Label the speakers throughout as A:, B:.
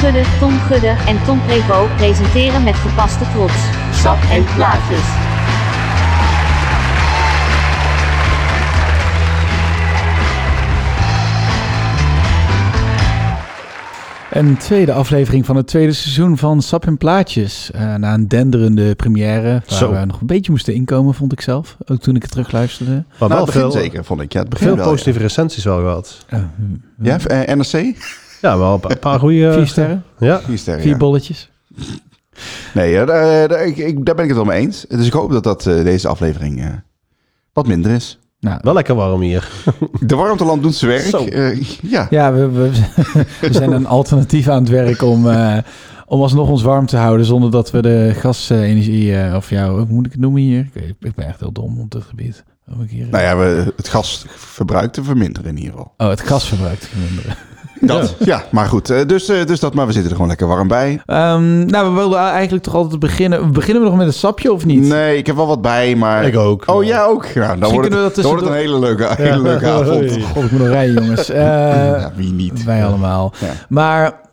A: Schade, Tom Gudde en Tom Prevo presenteren met gepaste trots.
B: Sap en plaatjes.
C: Een tweede aflevering van het tweede seizoen van Sap en Plaatjes. Eh, na een denderende première, waar
D: Zo.
C: we nog een beetje moesten inkomen, vond ik zelf. Ook toen ik het terugluisterde.
D: Maar
B: Nou,
D: wel
B: het begin
D: veel,
B: zeker, vond ik. Ja, het begin
D: veel
B: wel,
D: positieve recensies wel gehad.
C: Eh,
B: Ja, ja eh, NRC?
D: Ja, wel een pa- paar goede...
C: vier sterren,
D: Ja.
B: Vier sterren,
C: vier
B: Eh, ja.
C: bolletjes.
B: Nee, eh, daar, daar- ik, ik- daar ben ik het wel mee eens. Dus ik hoop dat, dat eh, deze aflevering eh, wat minder is.
C: Nou,
D: Wel lekker warm hier.
B: De warmteland doet zijn werk.
D: Zo.
B: Eh, ja.
C: ja, we, we, we zijn een alternatief aan het werk om, eh om alsnog ons warm te houden zonder dat we de gasenergie, eh, of ja, hoe moet ik het noemen hier? Ik, weet- ik ben echt heel dom op dit gebied. Hoe ik hier,
B: Nou ja, we, het gasverbruik te verminderen in ieder geval.
C: eh. Oh, het gasverbruik te verminderen.
B: Dat, ja. maar goed. eh, Dus, eh, dus dat, maar we zitten er gewoon lekker warm bij.
C: Ehm, nou, we wilden eigenlijk toch altijd beginnen. Beginnen we nog met een sapje of niet?
B: Nee, ik heb wel wat bij, maar...
D: Ik ook.
B: Oh, jij ook? Nou, dan wordt,
C: kunnen we dat
B: het, dan wordt het een hele leuke, hele leuke avond.
D: Hoi.
C: God, ik moet nog rijden, jongens. Eh,
B: Ja, wie niet?
C: wij allemaal.
B: Ja.
C: Maar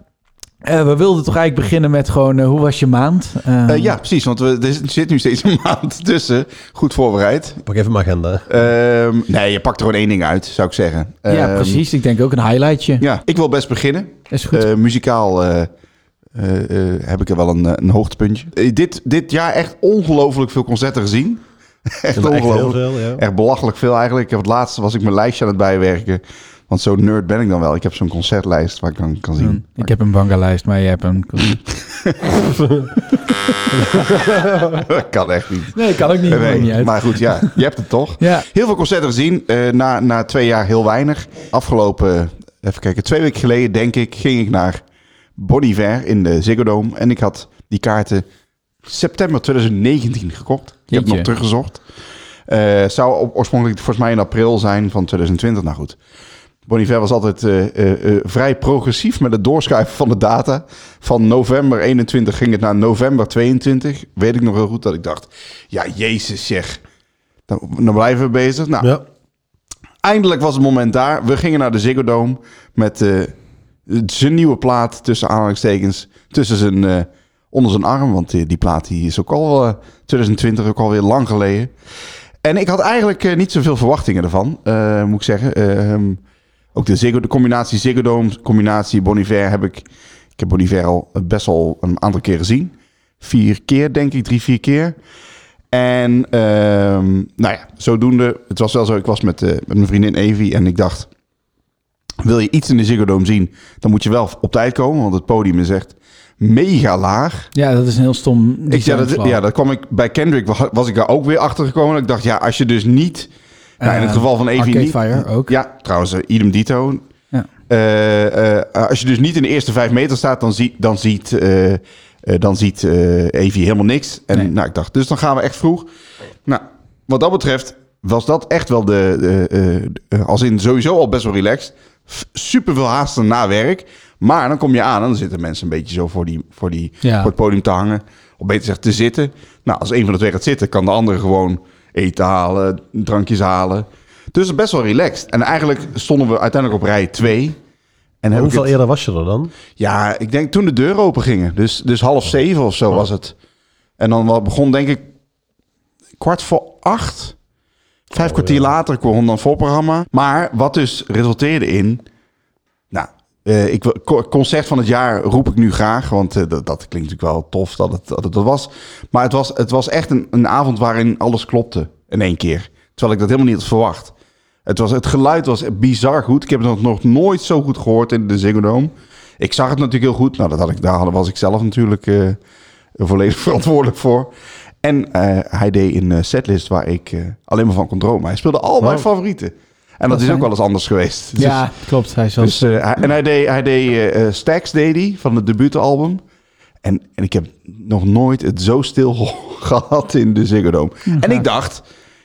C: eh, we wilden toch eigenlijk beginnen met gewoon... eh, hoe was je maand? Ehm,
B: Eh, ja, precies, want we, er zit nu steeds een maand tussen. Goed voorbereid.
D: Pak even mijn agenda.
B: Ehm, nee, je pakt er gewoon één ding uit, zou ik zeggen.
C: ja,
B: Ehm,
C: precies. Ik denk ook een highlightje.
B: Ja, ik wil best beginnen.
C: Is goed.
B: Eh, muzikaal eh, eh, eh, heb ik er wel een, eh, een hoogtepuntje. Eh, dit, dit jaar echt ongelooflijk veel concerten gezien. echt
D: Echt heel
B: ongelooflijk.
D: veel, ja.
B: Echt belachelijk veel eigenlijk. Ik heb het laatste was ik mijn lijstje aan het bijwerken. Want zo'n nerd ben ik dan wel. Ik heb zo'n concertlijst waar ik dan kan zien.
C: ik heb een bangenlijst, maar jij hebt een...
B: dat kan echt niet.
C: Nee, kan ook niet.
B: Nee,
C: maakt niet uit.
B: maar goed, ja, je hebt het toch.
C: Ja.
B: Heel veel concerten gezien. eh, na, na twee jaar heel weinig. Afgelopen, even kijken, twee weken geleden denk ik, ging ik naar Bon Iver in de Ziggo Dome. En ik had die kaarten september 2019 gekocht. Ik heb
C: Jeetje.
B: nog teruggezocht. Eh zou op, oorspronkelijk volgens mij in april zijn van 2020. Nou goed. Bon Iver was altijd eh, eh, eh, vrij progressief met het doorschuiven van de data. Van november 21 ging het naar november 22. Weet ik nog heel goed dat ik dacht, ja, jezus zeg. Dan, dan blijven we bezig. Nou,
D: Ja.
B: eindelijk was het moment daar. We gingen naar de Ziggo Dome met eh, zijn nieuwe plaat tussen aanhalingstekens. Tussen zijn, eh, onder zijn arm, want eh, die, die plaat die is ook al eh, 2020, ook alweer lang geleden. En ik had eigenlijk eh, niet zoveel verwachtingen ervan, eh, moet ik zeggen. Eh, ehm, ook de, Ziggo, de combinatie Ziggo Dome, combinatie Bon Iver heb ik... Ik heb Bon Iver al best wel een aantal keer gezien. Vier keer, denk ik. Drie, vier keer. En ehm, nou ja, zodoende. Het was wel zo, ik was met, eh, met mijn vriendin Evie en ik dacht... Wil je iets in de Ziggo Dome zien, dan moet je wel op tijd komen. Want het podium is echt mega laag.
C: Ja, dat is een heel
B: Ik,
C: stom...
B: ja, dat,
C: designverhaal.
B: ja, dat kwam ik bij Kendrick, wa- was ik daar ook weer achter gekomen. Ik dacht, ja, als je dus niet... nou, in het
C: Eh,
B: geval van Evie
C: Arcade
B: niet...
C: Fire ook.
B: Ja, trouwens, eh, idem dito.
C: Ja.
B: Eh, eh, als je dus niet in de eerste vijf meter staat, dan, zie, dan ziet, eh eh, dan ziet eh, Evie helemaal niks. En
C: Nee.
B: nou, ik dacht, dus dan gaan we echt vroeg. Nou, wat dat betreft was dat echt wel de... eh, eh, eh, als in sowieso al best wel relaxed. F- Super veel haasten na werk. Maar dan kom je aan en dan zitten mensen een beetje zo voor, die, voor, die,
C: Ja.
B: voor het podium te hangen. Of beter gezegd, te zitten. Nou, als een van de twee gaat zitten, kan de andere gewoon eten halen, drankjes halen. Dus best wel relaxed. En eigenlijk stonden we uiteindelijk op rij 2. En heb ik
D: Hoeveel
B: het-
D: eerder was je er dan?
B: ja, ik denk toen de deuren open gingen. Dus, dus half zeven of zo was het. En dan wel begon denk ik kwart voor acht. Vijf kwartier later kwam dan voorprogramma. Maar wat dus resulteerde in... Nou, eh, ik, wil- co- concert van het jaar roep ik nu graag. Want eh, dat, dat klinkt natuurlijk wel tof dat het dat, het dat was. Maar het was, het was echt een, een avond waarin alles klopte in één keer. Terwijl ik dat helemaal niet had verwacht. Het, was, het geluid was bizar goed. Ik heb het nog nooit zo goed gehoord in de Ziggo Dome. Ik zag het natuurlijk heel goed. Nou, dat had ik, daar was ik zelf natuurlijk eh, volledig verantwoordelijk voor. En eh, hij deed een eh, setlist waar ik eh, alleen maar van kon dromen. Hij speelde al mijn
D: Wow.
B: favorieten. En dat is
C: fijn.
B: ook wel eens anders geweest. Dus-
C: Ja, klopt. Hij is wel-
B: dus, eh, hij- en hij deed, hij deed eh, eh, Stax, deed hij, van het debuutalbum. En, en ik heb nog nooit het zo stil gehad in de Ziggo Dome. en ik dacht,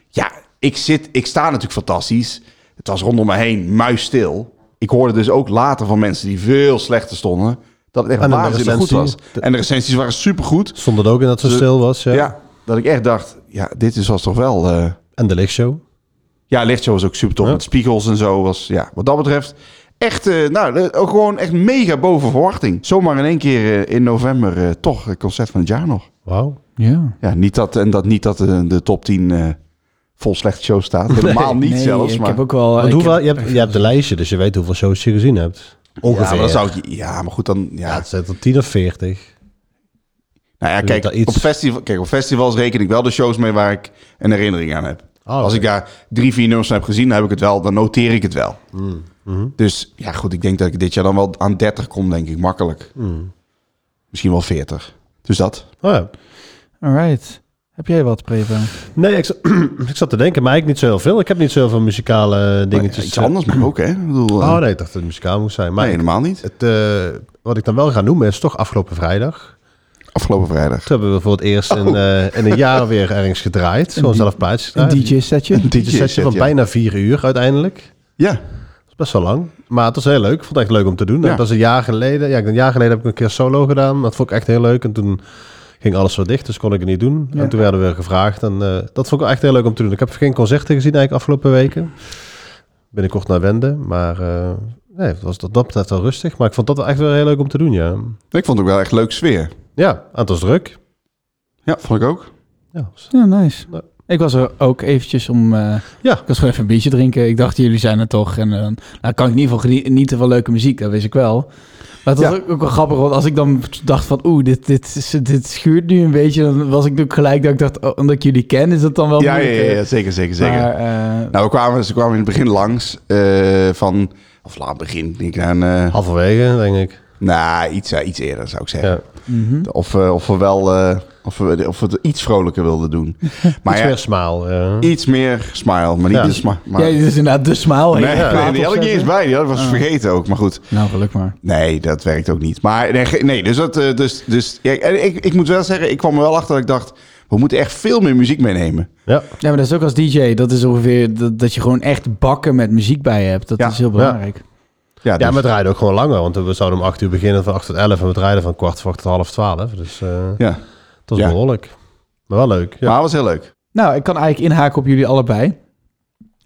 B: ja, ik, zit, ik sta natuurlijk fantastisch. Het was rondom me heen muisstil. Ik hoorde dus ook later van mensen die veel slechter stonden... dat het echt
D: En de
B: waanzinnig goed was.
D: recensie.
B: En de recensies waren supergoed.
D: Stond het ook in dat ze
B: Dus-
D: stil was? Ja.
B: Ja. dat ik echt dacht, ja, dit is, was toch wel... eh,
D: En de lichtshow?
B: ja, lichtshow was ook super tof.
D: Ja.
B: Met spiegels en zo was, ja, wat dat betreft... Echt, eh, nou, eh, ook gewoon echt mega boven verwachting. Zomaar in één keer eh, in november eh, toch het concert van het jaar nog.
D: Wauw.
C: Ja.
B: Ja, niet dat, en dat niet dat eh, de top 10 eh, vol slechte shows staat. Helemaal niet
C: Nee,
B: zelfs.
C: ik
B: Maar,
C: heb ook wel...
D: Want
C: ik
D: hoeveel,
C: heb-
D: je, hebt, je hebt een lijstje, dus je weet hoeveel shows je gezien hebt. Ongeveer.
B: ja, maar dan zou ik, ja, maar goed, dan... Ja,
D: Ja, het zit er 10 of 40.
B: nou ja,
D: doet
B: kijk
D: dat
B: op,
D: iets.
B: festival, kijk, op festivals reken ik wel de shows mee waar ik een herinnering aan heb.
C: Oh,
D: Ah,
B: Als ik daar drie, vier nummers van heb gezien, dan heb ik het wel. Dan noteer ik het wel.
C: Mm, mhm.
B: Dus ja, goed, ik denk dat ik dit jaar dan wel aan 30 kom, denk ik, makkelijk. Misschien wel 40. Dus dat.
D: Hmm. Oh, ja.
C: Alright. Heb jij wat, Preva?
D: Nee, ik, zat- ik zat te denken, maar ik niet zo heel veel. Ik heb niet zoveel muzikale eh, dingetjes.
B: Iets anders mag ook, hè? Ik bedoel, eh,
D: Oh nee, ik dacht dat het muzikaal moest zijn. Maar
B: nee,
D: ik-
B: helemaal niet.
D: het, eh, wat ik dan wel ga noemen is toch afgelopen vrijdag.
B: Afgelopen vrijdag.
D: Toen hebben we voor het eerst in, eh, in een jaar weer ergens gedraaid. Gewoon zelf plaatjes
C: Een
D: gedraaid.
C: DJ-setje?
D: Een DJ-setje van
B: ja.
D: bijna vier uur uiteindelijk.
B: Ja,
D: Dat is best wel lang. Maar het was heel leuk. Ik vond het echt leuk om te doen.
B: Ja.
D: Dat was een jaar geleden. Ja, een jaar geleden heb ik een keer solo gedaan. Dat vond ik echt heel leuk. En toen ging alles zo dicht, dus kon ik het niet doen.
C: Ja.
D: En toen werden we gevraagd. En eh, dat vond ik wel echt heel leuk om te doen. Ik heb geen concerten gezien eigenlijk afgelopen weken. Binnenkort naar Wende. Maar eh, nee, het was dat, dat betreft wel rustig. Maar ik vond dat wel echt wel heel leuk om te doen, ja.
B: ik vond het ook wel echt leuk sfeer.
D: Ja, en het was druk.
B: Ja, vond ik ook.
D: Ja,
C: Ja, nice.
D: Nee.
C: Ik was er ook eventjes om... eh,
D: Ja.
C: Ik was gewoon even een biertje drinken. Ik dacht, jullie zijn er toch. En eh, dan nou, kan ik in ieder geval genie- genieten van leuke muziek. Dat wist ik wel. Maar het was
B: Ja.
C: ook, ook wel grappig. Want als ik dan dacht van... Oeh, dit, dit, is- dit schuurt nu een beetje. Dan was ik natuurlijk gelijk dat ik dacht... oh, omdat ik jullie ken, is dat dan wel
B: Ja, ja, ja,
C: moeilijker.
B: ja, zeker, zeker, zeker.
C: Maar, eh,
B: Nou, we kwamen, ze kwamen in het begin langs eh, van... Of laat begin, denk ik aan... eh,
D: halverwege, denk ik.
B: nou, iets, eh, iets eerder zou ik zeggen.
D: Ja.
C: mhm.
B: Of, eh, of we wel... eh, of, we, of we het iets vrolijker wilden doen. Maar
D: Iets
B: ja,
D: meer smaal. eh. ja.
B: iets meer smile. Maar niet
D: Ja.
B: de sma- maar-
C: Ja, dit is inderdaad de smaal.
B: Nee,
D: ja.
B: nee, die had ik niet eens bij. Die had ik was vergeten ook. Maar goed,
C: Nou, geluk maar.
B: nee, dat werkt ook niet. Maar nee, ge- nee dus dat... eh, dus, dus, ja, en ik, ik moet wel zeggen, ik kwam er wel achter dat ik dacht... We moeten echt veel meer muziek meenemen.
D: Ja.
C: Ja, maar dat is ook als DJ. Dat is ongeveer dat, dat je gewoon echt bakken met muziek bij je hebt. Dat
B: Ja.
C: is heel belangrijk.
B: Ja,
D: Ja,
B: dus-
D: maar we draaiden ook gewoon langer, want we zouden om 8 uur beginnen van 8 tot 11 en we draaiden van kwart voor 8 tot half 12. Dus eh
B: ja.
D: dat was
B: Ja.
D: behoorlijk. Maar wel leuk. Ja.
B: maar het was heel leuk.
C: Nou, ik kan eigenlijk inhaken op jullie allebei.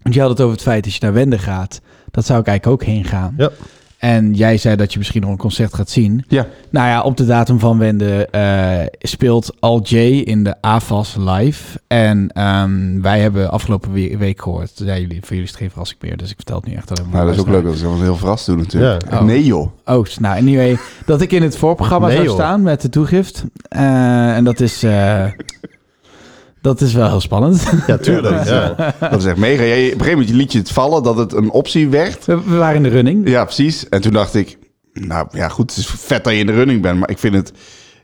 C: Want je had het over het feit dat je naar Wende gaat. Dat zou ik eigenlijk ook heen gaan.
D: Ja.
C: En jij zei dat je misschien nog een concert gaat zien.
B: Ja.
C: Nou ja, op de datum van Wende eh, speelt Al Jay in de AFAS live. En ehm, wij hebben afgelopen we- week gehoord. Ja, jullie, voor jullie is het geen verrassing meer, dus ik vertel het nu echt alleen maar.
B: Nou, dat is ook
C: luisteraar.
B: leuk. Dat is heel verrast toen natuurlijk.
C: Ja.
B: Nee joh.
C: Oh, nou, anyway, dat ik in het voorprogramma
D: Nee,
C: zou
D: joh.
C: staan met de toegift. Eh, en dat is, eh, dat is wel heel spannend.
D: Ja, tuurlijk. Ja,
B: Dat is echt mega. Jij, op een gegeven moment liet je het vallen dat het een optie werd.
C: We, we waren in de running.
B: Ja, precies. En toen dacht ik, nou ja goed, het is vet dat je in de running bent. Maar ik vind het,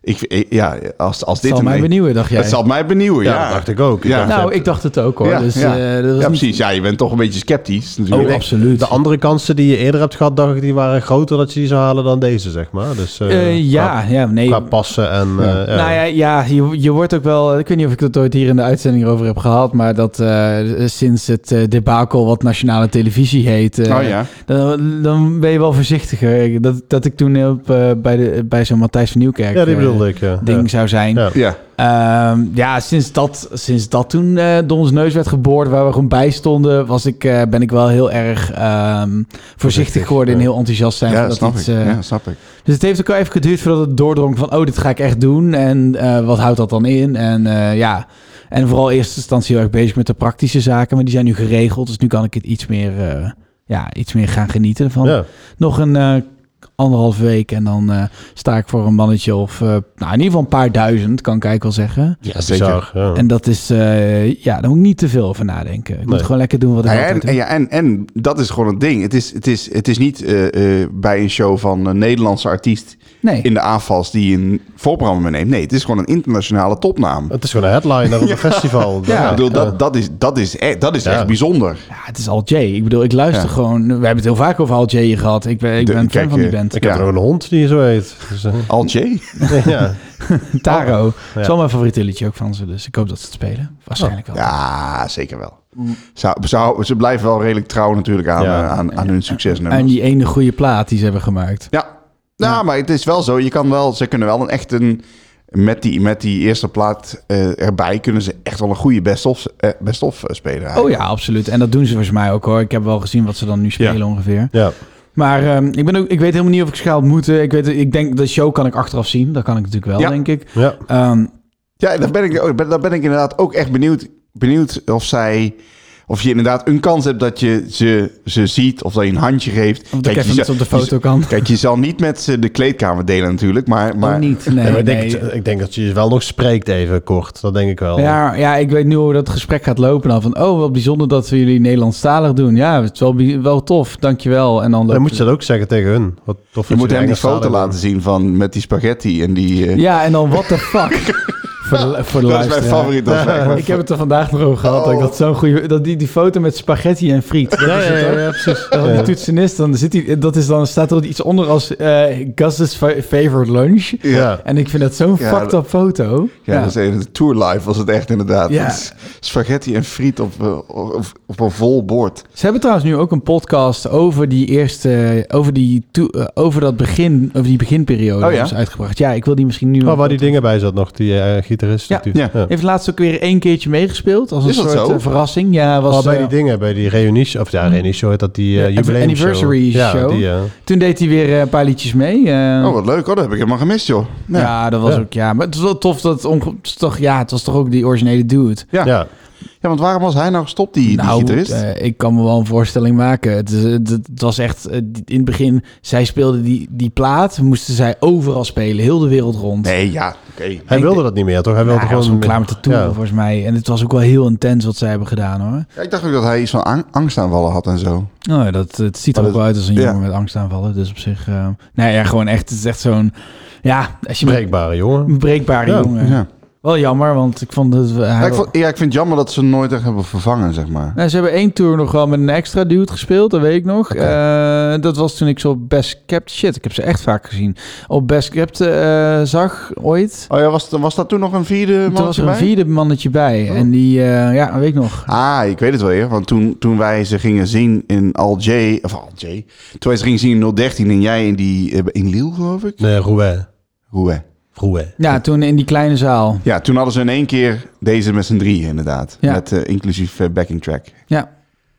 B: ik, ik- ja, als, als dit...
C: zal
B: een- e-
C: mij benieuwen, dacht jij.
B: Het zal mij benieuwen, ja.
D: Ja, dat dacht ik ook.
B: Ja.
D: Ik dacht,
C: Nou,
D: eh,
C: ik dacht het ook hoor.
B: ja,
C: dus,
B: ja.
C: eh, dat was
B: Ja,
C: niet-
B: precies. Ja, je bent toch een beetje sceptisch
C: Oh,
B: natuurlijk.
C: absoluut.
D: de andere kansen die je eerder hebt gehad, dacht ik, die waren groter dat je die zou halen dan deze, zeg maar. Dus, eh,
C: Eh, ja, ja, nee.
D: Qua, qua passen en... eh, ja.
C: Nou ja, ja je, je wordt ook wel... Ik weet niet of ik het ooit hier in de uitzending over heb gehad... maar dat eh, sinds het eh, debakel wat nationale televisie heet... eh,
B: oh ja.
C: dan, dan ben je wel voorzichtiger. Dat, dat ik toen op, eh, bij, de, bij zo'n Matthijs van Nieuwkerk...
D: Ja, die
C: eh,
D: bedoelde ik. Ja.
C: ding zou zijn.
D: Ja.
B: Ja.
C: Ehm, ja, sinds dat, sinds dat toen eh door ons neus werd geboord, waar we gewoon bij stonden, was ik, eh, ben ik wel heel erg ehm, voorzichtig,
D: Voorzichtig,
C: geworden en
D: ja.
C: heel enthousiast zijn.
B: Ja,
C: van dat
B: snap ik.
C: iets, eh,
B: Ja, snap ik.
C: Dus het heeft ook wel even geduurd voordat het doordrong van, oh, dit ga ik echt doen. En eh, wat houdt dat dan in? En eh, ja, en vooral in eerste instantie heel erg bezig met de praktische zaken, maar die zijn nu geregeld. Dus nu kan ik het iets meer, eh, ja, iets meer gaan genieten van
D: Ja.
C: nog een eh anderhalf week en dan eh, sta ik voor een mannetje of eh, nou, in ieder geval een paar duizend, kan ik eigenlijk wel zeggen.
D: Ja,
B: zeker.
D: bizar, ja.
C: En dat is, eh, ja, daar moet ik niet te veel over nadenken. Ik moet
D: Nee.
C: gewoon lekker doen wat ik
D: Nou,
B: Ja, en,
C: altijd doe.
B: en, ja, en, en dat is gewoon het ding. Het is, het is, het is niet eh, eh, bij een show van een Nederlandse artiest
C: Nee,
B: in de aanvals die een voorprogramma meeneemt. Nee, het is gewoon een internationale topnaam.
D: Het is gewoon een headliner op een festival.
B: Ja, ik bedoel,
D: ja.
B: dat, dat is, dat is, echt, dat is
D: Ja.
B: echt bijzonder.
C: ja, het is Al Jay. Ik bedoel, ik luister
B: Ja.
C: gewoon. We hebben het heel vaak over Al Jay hier gehad. Ik ben,
B: De-
C: ik ben fan
B: kijk,
C: van die
B: eh,
C: band.
D: Ik heb
B: Ja.
D: er ook een hond die zo heet. Dus, eh,
B: Al J?
D: ja.
C: Taro.
D: Oh, ja. Oh.
C: is wel mijn favoriete liedje ook van ze. Dus ik hoop dat ze het spelen. Waarschijnlijk wel.
B: Ja, zeker wel.
C: Mm.
B: Zou, zou, ze blijven wel redelijk trouw natuurlijk aan,
D: Ja.
B: eh, aan, aan hun succesnummers.
C: En die ene goede plaat die ze hebben gemaakt.
B: Ja. Nou, maar het is wel zo. Je kan wel, ze kunnen wel een echt een... Met die, met die eerste plaat eh, erbij kunnen ze echt wel een goede best-of eh, best-of, eh, spelen.
C: Oh ja, absoluut. En dat doen ze volgens mij ook hoor. Ik heb wel gezien wat ze dan nu spelen ongeveer.
D: ja.
C: Maar ehm, ik, ben ook, ik weet helemaal niet of ik schaal moet moeten. Ik, weet, ik denk, de show kan ik achteraf zien. Dat kan ik natuurlijk wel,
B: Ja.
C: denk ik.
D: Ja.
C: Ehm,
B: Ja, daar ben, ik, oh, ben- daar ben ik inderdaad ook echt benieuwd, benieuwd of zij... Of je inderdaad een kans hebt dat je ze, ze ziet of dat je een handje geeft.
C: of ik
B: je
C: even
B: zal-
C: iets op de
B: je zal-
C: foto kan.
B: Kijk, je zal niet met ze de kleedkamer delen natuurlijk, maar... maar
C: Maar niet, nee.
D: Nee, maar ik,
C: nee.
D: Denk, ik denk dat je wel nog spreekt even kort. Dat denk ik wel.
C: Ja, ja, ik weet nu hoe dat gesprek gaat lopen. Dan van, oh, wat bijzonder dat we jullie Nederlandstalig doen. Ja, het is wel, bi- wel tof, dankjewel. En dan
D: Dan
C: loopt-
D: moet je dat ook zeggen tegen hun. Wat tof
B: je moet
D: dat
B: hem die
D: Engels
B: foto
D: talen
B: laten zien van met die spaghetti en die... eh,
C: Ja, en dan what the fuck. voor de, voor de
B: dat is mijn
C: luisteraar.
B: favoriet. Dat is mijn-
C: Ik heb het er vandaag nog over gehad. Dat ik dat zo'n goede. Dat die, die foto met spaghetti en friet. Dat
D: Ja,
C: is
D: ja,
C: het,
D: ja,
C: hoor.
D: ja, precies.
C: Dat
D: Ja.
C: die toetsenist, dan, zit hij, dat is dan staat er iets onder als eh Gus's fa- favorite lunch.
B: Ja.
D: Ja.
C: En ik vind dat zo'n
B: Ja,
C: fucked up foto.
B: Ja, dat is even de tour live was het echt inderdaad.
C: Ja.
B: Dat is Spaghetti en friet op, eh, op, op een vol bord.
C: Ze hebben trouwens nu ook een podcast over die eerste, over, die toe- eh, over dat begin, over die beginperiode
B: Oh ja?
C: hebben ze uitgebracht. Ja, ik wil die misschien nu.
D: Oh, waar die dingen bij zat nog, die eh, gitarist.
C: Ja.
D: natuurlijk.
B: Ja.
C: Heeft laatst ook weer één keertje meegespeeld als een
B: Is dat
C: soort
B: zo?
C: eh, verrassing. Ja, was
D: oh, bij
C: eh, Hm.
D: die dingen, bij die reunie, of ja, reunie show heet dat die
C: Ja,
D: eh jubileum
C: anniversary
D: Ja,
C: show.
D: die, eh,
C: toen deed hij weer eh, een paar liedjes mee. eh,
B: Oh, wat leuk. Oh, dat heb ik helemaal gemist, joh. Nou, ja.
C: Ja, dat was
D: Ja.
C: ook ja. Maar het is wel tof dat onge- het is toch ja, het was toch ook die originele dude.
B: Ja.
D: ja.
B: want waarom was hij nou gestopt, die, die gitarist?
C: eh, ik kan me wel een voorstelling maken. Het, is- het, het was echt eh, die- in het begin. Zij speelde die, die plaat, moesten zij overal spelen, heel de wereld rond.
B: nee, ja, oké.
D: Hij
C: Ik
D: wilde dat niet meer, toch? Hij
C: Ja,
D: wilde
C: hij was gewoon
D: gewoon...
C: klaar met de tour, volgens mij. En het was ook wel heel intens wat zij hebben gedaan, hoor.
B: Ja, ik dacht ook dat hij iets van ang- angstaanvallen had en zo.
C: Nou ja, dat, het ziet er
B: Maar
C: ook wel uit als een
B: ja.
C: jongen met angstaanvallen. Dus op zich... eh nou ja, gewoon echt... Het is echt zo'n... Ja, als je met-
D: Breekbare jongen.
C: een breekbare
D: Ja,
C: jongen.
B: Ja.
C: Wel jammer, want ik vond het... hij
B: Ja, ik
C: wa-
B: vond- ja, ik vind het jammer dat ze hem nooit echt hebben vervangen, zeg maar.
C: Nou, ze hebben één tour nog wel met een extra dude gespeeld, dat weet ik nog. Eh, dat was toen ik ze op Best Kept... Shit, ik heb ze echt vaak gezien. Op Best Kept eh, zag, ooit.
B: Oh ja, was, was dat toen nog een vierde
C: Toen was
B: mannetje
C: er een
B: bij? Oh.
C: vierde mannetje bij. En die... eh, ja, weet ik nog.
B: Ah, ik weet het wel, ja. Want toen, toen wij ze gingen zien in Al J... Of Al J... Toen wij ze gingen zien in 013 en jij in die... eh, In Lille, geloof ik?
D: Nee, Rouet.
B: Hoe?
D: Rouet.
C: Ja, toen in die kleine zaal.
B: Ja, toen hadden ze in één keer deze met z'n drieën, inderdaad.
C: Ja.
B: Met eh, inclusief eh, backing track.
C: Ja.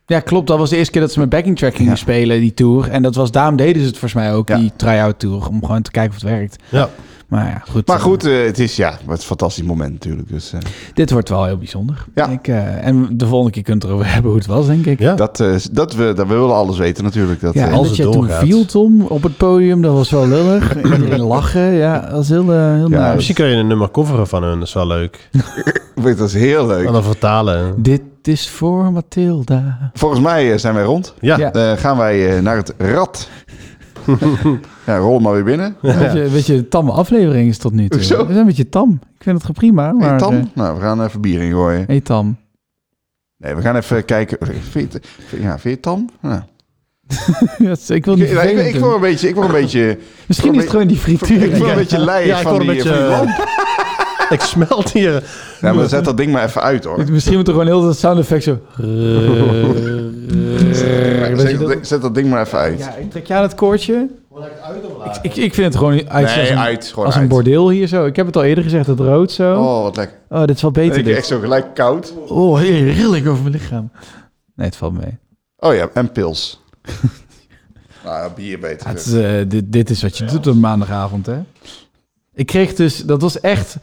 C: ja, klopt. Dat was de eerste keer dat ze met backing track gingen
B: Ja.
C: spelen, die tour. En dat was, daarom deden ze het volgens mij ook,
B: Ja.
C: die try-out tour. Om gewoon te kijken of het werkt.
D: Ja.
C: Maar ja, goed.
B: Maar
C: eh,
B: goed, eh, het is ja, het is een fantastisch moment natuurlijk. Dus eh,
C: dit wordt wel heel bijzonder.
B: Ja.
C: Ik, eh, en de volgende keer kunt het erover hebben hoe het was, denk ik.
D: Ja.
B: dat, eh, dat, we, dat we willen alles weten natuurlijk. Dat,
C: Ja,
B: eh,
C: en
D: als
C: dat
D: het
C: je toen
D: doorgaat.
C: viel, Tom, op het podium, dat was wel lullig. Iedereen lachen, ja, dat was heel, eh, heel
B: Ja,
C: nice.
D: Misschien kun je een nummer coveren van hun, dat is wel leuk.
B: weet, dat is heel leuk.
D: En dan vertalen.
C: Dit is voor Mathilda.
B: Volgens mij eh, zijn wij rond.
D: Ja.
C: Ja.
B: Eh, gaan wij eh, naar het rad. ja, rol maar weer binnen.
C: Weet je, weet je, tamme aflevering is tot nu toe.
B: Hoezo?
C: We zijn een beetje tam. Ik vind het gewoon prima, maar...
B: Hey, Tam?
C: eh,
B: Nou, we gaan even bier ingooien.
C: hey, tam.
B: Nee, we gaan even kijken. Oh, Vind je het- vind- ja, vind je het Tam? Ja.
C: Ja, dus ik wil
B: Ik,
C: niet
B: ik, ik,
C: vervelend doen.
B: word een beetje... Ik word een beetje
C: Misschien is het gewoon die frituur.
B: ik word een beetje lei
D: Ja, ik
B: van,
D: word
B: die,
D: een beetje,
B: van die
D: eh,
B: lamp.
D: Ik smelt hier.
B: Ja, maar zet dat ding maar even uit, hoor.
C: Misschien moet er gewoon heel dat sound effect zo...
B: Zet dat, zet dat ding maar even uit.
C: Ja, ik trek je aan het koordje. Ik, ik, ik vind het gewoon uit
B: Nee,
C: als een,
B: uit, gewoon
C: als een
B: uit.
C: bordeel hier zo. Ik heb het al eerder gezegd, het rood zo. Oh,
B: Oh, wat lekker.
C: dit is wel
B: En
C: beter
B: ik echt
C: dit.
B: zo gelijk koud.
C: Oh, heel rillig over mijn lichaam. Nee, het valt mee.
B: Oh ja, en pils. nou, ja, bier beter.
C: Ja, het is, eh, dit, dit is wat je doet op een maandagavond, hè? Ik kreeg dus, dat was echt.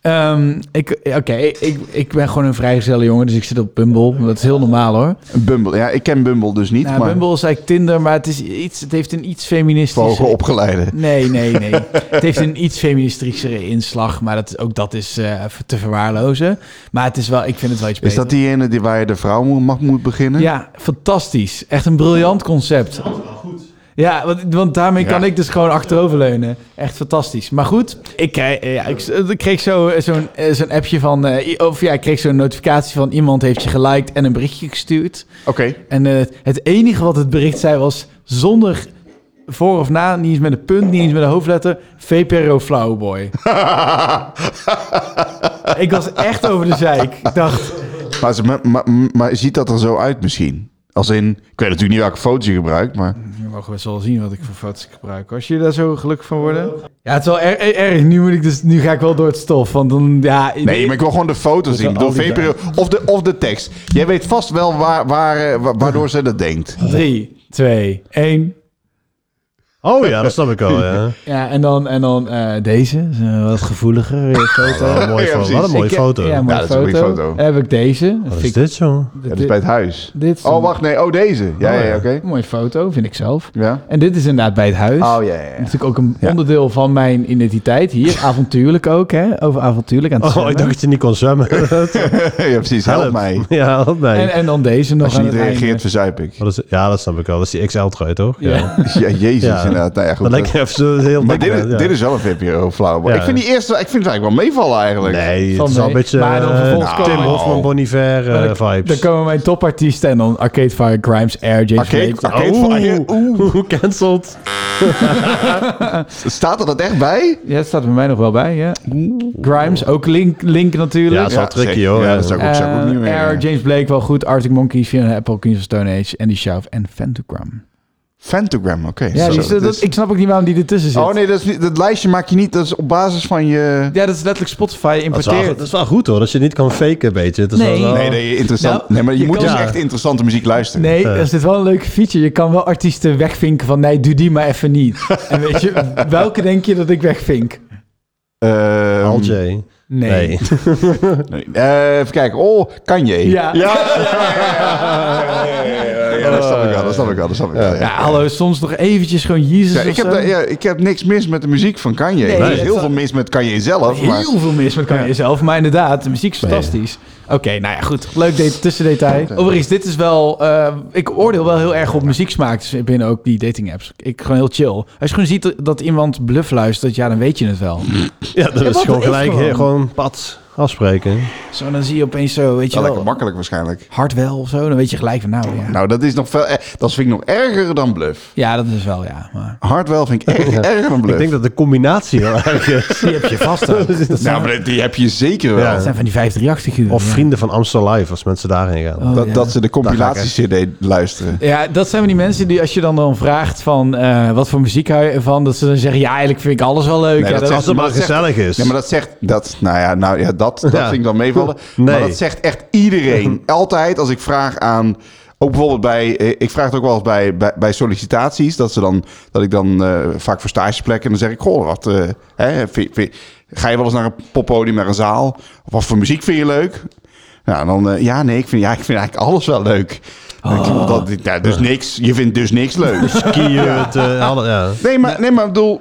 C: ehm, ik, Oké, ik, ik ben gewoon een vrijgezelle jongen, dus ik zit op Bumble. Dat is heel normaal hoor.
B: Bumble. Ja, ik ken Bumble dus niet,
C: Nou,
B: maar
C: Bumble is eigenlijk Tinder, maar het, is iets, het heeft een iets feministisch.
B: hoger opgeleide.
C: Nee, nee, nee. het heeft een iets feministischere inslag, maar dat, ook dat is eh, te verwaarlozen. Maar het is wel, ik vind het wel iets
B: Is
C: beter.
B: dat die ene die waar je de vrouw mo- mag moet beginnen?
C: Ja, fantastisch. Echt een briljant concept. Ja, want, want daarmee
B: Ja.
C: kan ik dus gewoon achteroverleunen. Echt fantastisch. Maar goed, ik kreeg, eh, ja, ik, ik kreeg zo, eh, zo'n eh, zo'n appje van... eh, i- of ja, ik kreeg zo'n notificatie van iemand heeft je geliked en een berichtje gestuurd.
B: Oké.
C: En eh, het enige wat het bericht zei was zonder voor of na, niet eens met een punt, niet eens met een hoofdletter... VPRO Flowboy. ik was echt over de zeik. Ik dacht,
B: Maar, ze- maar, maar, maar ziet dat er zo uit misschien? Als in, ik weet natuurlijk niet welke foto je gebruikt, maar...
C: Je mag best wel zien wat ik voor foto's gebruik. Als jullie daar zo gelukkig van worden. Ja, het is wel er- er- erg. Nu, moet ik dus, nu ga ik wel door het stof. Want dan, ja,
B: Nee, maar ik wil gewoon de foto zien. Ik bedoel,
C: al die
B: VPRO of de, of de tekst. Jij weet vast wel waar, waar, eh, wa- waardoor ze dat denkt.
C: 3, 2, 1.
D: Oh ja, dat snap ik al. Ja.
C: Ja, en dan, en dan eh, deze, is een wat gevoeliger eh, foto.
D: Wat een mooie
B: Ja,
D: foto.
B: precies.
D: Wat een mooie
C: Ik heb-
D: foto.
C: Ja, mooie
B: dat is een
C: foto.
B: goede foto.
C: Heb ik deze.
D: Wat
C: Vind
D: is
C: ik-
D: dit, joh?
B: Ja, dat is bij het huis.
C: Dit is
B: Oh,
C: een
B: wacht, nee. Oh, deze. Ja,
D: Oh,
B: ja,
D: ja.
B: oké.
C: mooie foto, vind ik zelf.
B: Ja.
C: En dit is inderdaad bij het huis.
B: Oh, ja, ja, ja.
C: Dat is natuurlijk ook een
B: Ja.
C: onderdeel van mijn identiteit. Hier, avontuurlijk ook, hè? Over avontuurlijk aan het
D: Oh, ik
C: zwemmen.
D: dacht dat je niet kon zwemmen.
B: ja, precies. Help mij.
D: Ja, help
C: en,
D: mij.
C: en dan deze nog
B: Als je
C: aan
B: niet
C: het einde.
B: reageert, verzuip ik.
D: Wat is- Ja, dat snap ik al. Dat is die XL-trui, toch?
C: Ja. eh.
B: Ja, jezus,
D: Ja.
B: inderdaad. Nou ja, goed.
D: Dat lijkt me even zo heel
B: maar dit,
D: dik,
B: is-
D: ja.
B: dit is wel een VPRO flauw. maar
D: Ja.
B: Ik vind die eerste, ik vind het eigenlijk wel meevallen eigenlijk.
D: Nee,
C: Van
D: het is al
C: nee.
D: een beetje
C: Maar dan
D: eh,
C: vervolgens
D: nou, Tim
B: komen-
D: Hofman, Bon Iver eh,
C: Maar dan-
D: vibes.
C: Dan komen mijn topartiesten en dan Arcade Fire, Grimes, Air, James
B: Arcade,
C: Blake.
B: arcade Fire. Oeh,
D: Oeh, cancelled.
B: staat er dat echt bij?
C: Ja, dat staat er bij mij nog wel bij, ja. Grimes, ook Link, Link natuurlijk.
D: Ja, dat is wel tricky,
B: zeker.
D: hoor.
B: Ja, dat zou ik ook, zou ik ook
C: Eh,
B: niet meer.
C: Air, James Blake wel goed. Arctic Monkeys, Fiona Apple, Queens of Stone Age, Andy Schaaf en Fantagram.
B: Fantagram, oké.
C: Ja,
B: Zo,
C: die,
B: dat
C: dat,
B: is-
C: ik snap ook niet waarom die ertussen zit.
B: Oh nee, dat, is niet, dat lijstje maak je niet. Dat is op basis van je...
C: Ja, dat is letterlijk Spotify
D: Dat is, wel,
C: importeert.
D: dat is wel goed hoor, dat je niet kan faken een beetje. Het is
C: Nee.
D: wel,
B: Nee, dat je interessant...
C: Nou,
B: nee, maar je,
C: je
B: moet
C: kan-
B: dus
D: Ja.
B: echt interessante muziek luisteren.
C: Nee, dat is dit wel een leuke feature. Je kan wel artiesten wegvinken van nee, doe die maar even niet. En weet je, welke denk je dat ik wegvink?
B: Ehm,
D: Al J.
C: Nee.
D: Nee.
B: nee. Eh, even kijken. Oh, Kanye.
C: Ja.
B: Ja, ja, ja, ja, ja, ja, ja, dat snap ik wel, dat snap ik wel, dat snap ik wel. ja.
C: Ja, hallo, soms nog eventjes gewoon
B: Ja,
C: Jezus
B: ik, heb,
C: zo.
B: da- ja, ik heb niks mis met de muziek van Kanye.
C: Nee,
B: er is
C: dat-
B: heel veel mis met Kanye zelf. Maar
C: Heel veel mis met kan je zelf, maar inderdaad, de muziek is fantastisch. Oké, nou ja, goed. Leuk de- tussendetail. Overigens, dit is wel... eh, ik oordeel wel heel erg op muzieksmaak dus binnen ook die dating apps. Ik gewoon heel chill. Als je gewoon ziet dat- dat iemand bluff luistert, ja, dan weet je het wel.
D: Ja, dat is
C: wat
D: gewoon
C: is
D: gelijk
C: gewoon?
D: gewoon. gewoon pad afspreken.
C: Zo, dan zie je opeens zo, weet je
B: wel lekker
C: wel,
B: makkelijk waarschijnlijk.
C: hard wel of zo. Dan weet je gelijk van, nou ja.
B: Nou, dat, is nog veel, eh, dat vind ik nog erger dan bluff.
C: Ja, dat is wel, ja. Maar...
B: Hardwell vind ik erg, erger dan bluff.
D: Ik denk dat de combinatie heel erg is.
C: Die heb je vast ook. Dat zijn,
B: nou, maar die heb je zeker wel.
D: Ja.
C: dat zijn van die 538
D: Of
C: ja.
D: vrienden van Amstel Live, als mensen daarheen gaan.
C: Oh,
B: dat,
C: ja.
B: dat ze de compilatie-cd luisteren.
C: Ja, dat zijn van die mensen die als je dan dan vraagt van eh, wat voor muziek hou je ervan, dat ze dan zeggen ja, eigenlijk vind ik alles wel leuk.
B: Nee,
C: ja,
B: dat
C: dat-
D: als het maar
B: maar dat zegt-
D: gezellig is.
B: Nee, maar dat zegt... Dat, nou ja, nou, ja dat, dat
D: Ja.
B: vind ik dan meevallen.
D: Nee.
B: Maar dat zegt echt iedereen. Altijd als ik vraag aan... Ook bijvoorbeeld bij... eh, Ik vraag het ook wel eens bij, bij, bij sollicitaties. Dat, ze dan, dat ik dan eh, vaak voor stageplekken... En dan zeg ik, goh, wat... eh, hè, vind- vind- ga je wel eens naar een poppodium, naar een zaal? Of wat voor muziek vind je leuk? Nou, en dan... eh, ja, nee, ik vind, ja, ik vind eigenlijk alles wel leuk. Dat- Dat,
D: Oh.
B: ja, dus niks. Je vindt dus niks leuk.
D: Skiën, het, eh, alle- ja.
B: Nee, maar, nee, maar ik bedoel...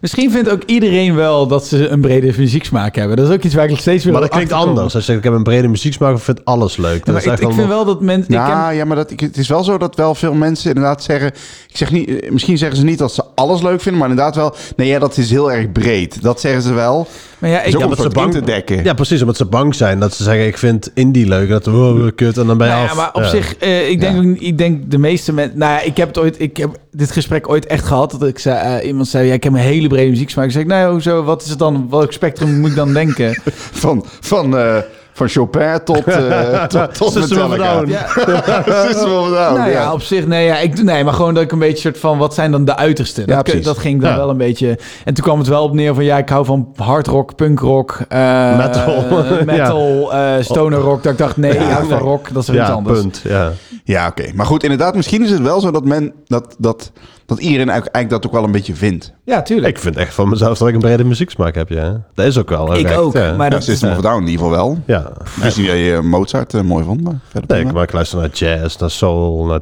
C: Misschien vindt ook iedereen wel dat ze een brede muzieksmaak hebben. Dat is ook iets waar ik nog steeds weer
D: Maar dat
C: op
D: klinkt
C: achterkom.
D: anders. Als je zegt, ik heb een brede muzieksmaak, ik vind alles leuk.
C: Ja,
D: Dat
C: maar
D: is
C: ik,
D: echt
C: ik vind
D: wel...
C: wel dat mensen... ik
B: Ja,
C: ken-
B: Nou, ja, maar dat, ik, het is wel zo dat wel veel mensen inderdaad zeggen... Ik zeg niet, eh, misschien zeggen ze niet dat ze alles leuk vinden... maar inderdaad wel... Nee, ja, dat is heel erg breed. Dat zeggen ze wel.
C: maar ja, ik,
B: Zo
C: ja,
B: om
C: maar-
B: het in te dekken.
D: Ja, precies, omdat ze bang zijn. Dat ze zeggen, ik vind indie leuk. Dat, wow, kut, en dan ben je
C: nou ja,
D: af.
C: maar op
D: Ja.
C: zich, eh, ik, denk,
B: Ja.
C: ook- ik denk de meeste mensen... Nou ja, ik heb, het ooit, ik heb dit gesprek ooit echt gehad. Dat ik zei, eh, iemand zei, ja, ik heb een hele brede muzieksmaak. Ik zei, nou ja, hoezo, wat is het dan? Welk spectrum moet ik dan denken?
B: Van, van, eh, van Chopin tot, eh tot, tot
D: System of a
B: Metallica.
D: Down.
C: Ja,
B: System of a
D: Oh,
B: Down,
C: Nou ja,
B: ja.
C: op zich, nee, ja, ik, nee, maar gewoon dat ik een beetje soort van, wat zijn dan de uitersten?
B: Ja,
C: dat, kun-
B: precies.
C: dat ging dan
D: Ja.
C: wel een beetje. En toen kwam het wel op neer van, ja, ik hou van hard rock, punk rock, eh,
D: Metal.
C: eh, metal, eh, stoner rock. Dat ik dacht, nee, ik hou van rock, dat is weer iets
D: Ja,
C: anders.
D: punt. Ja.
B: Ja, oké. Maar goed, inderdaad, misschien is het wel zo dat men... dat, dat, dat iedereen eigenlijk eigenlijk dat ook wel een beetje vindt.
C: Ja, tuurlijk.
D: Ik vind echt van mezelf dat ik een brede muzieksmaak heb, ja. Dat is ook wel
C: Ik,
D: echt,
C: ook,
D: ja.
C: maar
B: Ja,
C: dat,
B: System of a Down in ieder geval wel.
D: eh, Ja.
B: Dus die eh, Mozart eh, mooi vond, maar verder
D: Nee, ik,
B: prima.
D: maar ik luister naar jazz, naar soul, naar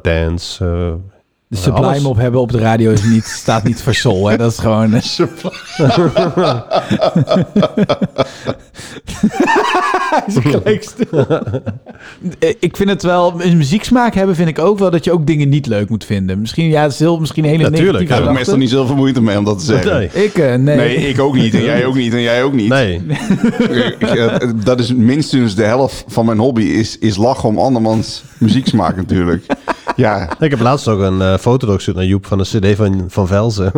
D: dance. eh,
C: de
D: alles.
C: sublime op hebben op de radio is niet, staat niet voor sol, hè. Dat is gewoon... is gelijk stil. Eh, ik vind het wel, een muzieksmaak hebben vind ik ook wel dat je ook dingen niet leuk moet vinden. Misschien, ja, het is heel, misschien een hele
D: Natuurlijk,
C: negatieve
D: ja,
B: Daar heb ik
C: gedachte.
B: meestal niet zoveel moeite mee om dat te zeggen.
D: nee.
C: Ik, eh, nee.
B: Nee, ik ook niet. En jij ook niet. En jij ook niet.
D: Nee.
B: Ik- ik, eh, dat is minstens de helft van mijn hobby, is, is lachen om andermans muzieksmaak natuurlijk. Ja,
D: Ik heb laatst ook een eh foto doorgestuurd naar Joep van een cd van, van Velzen.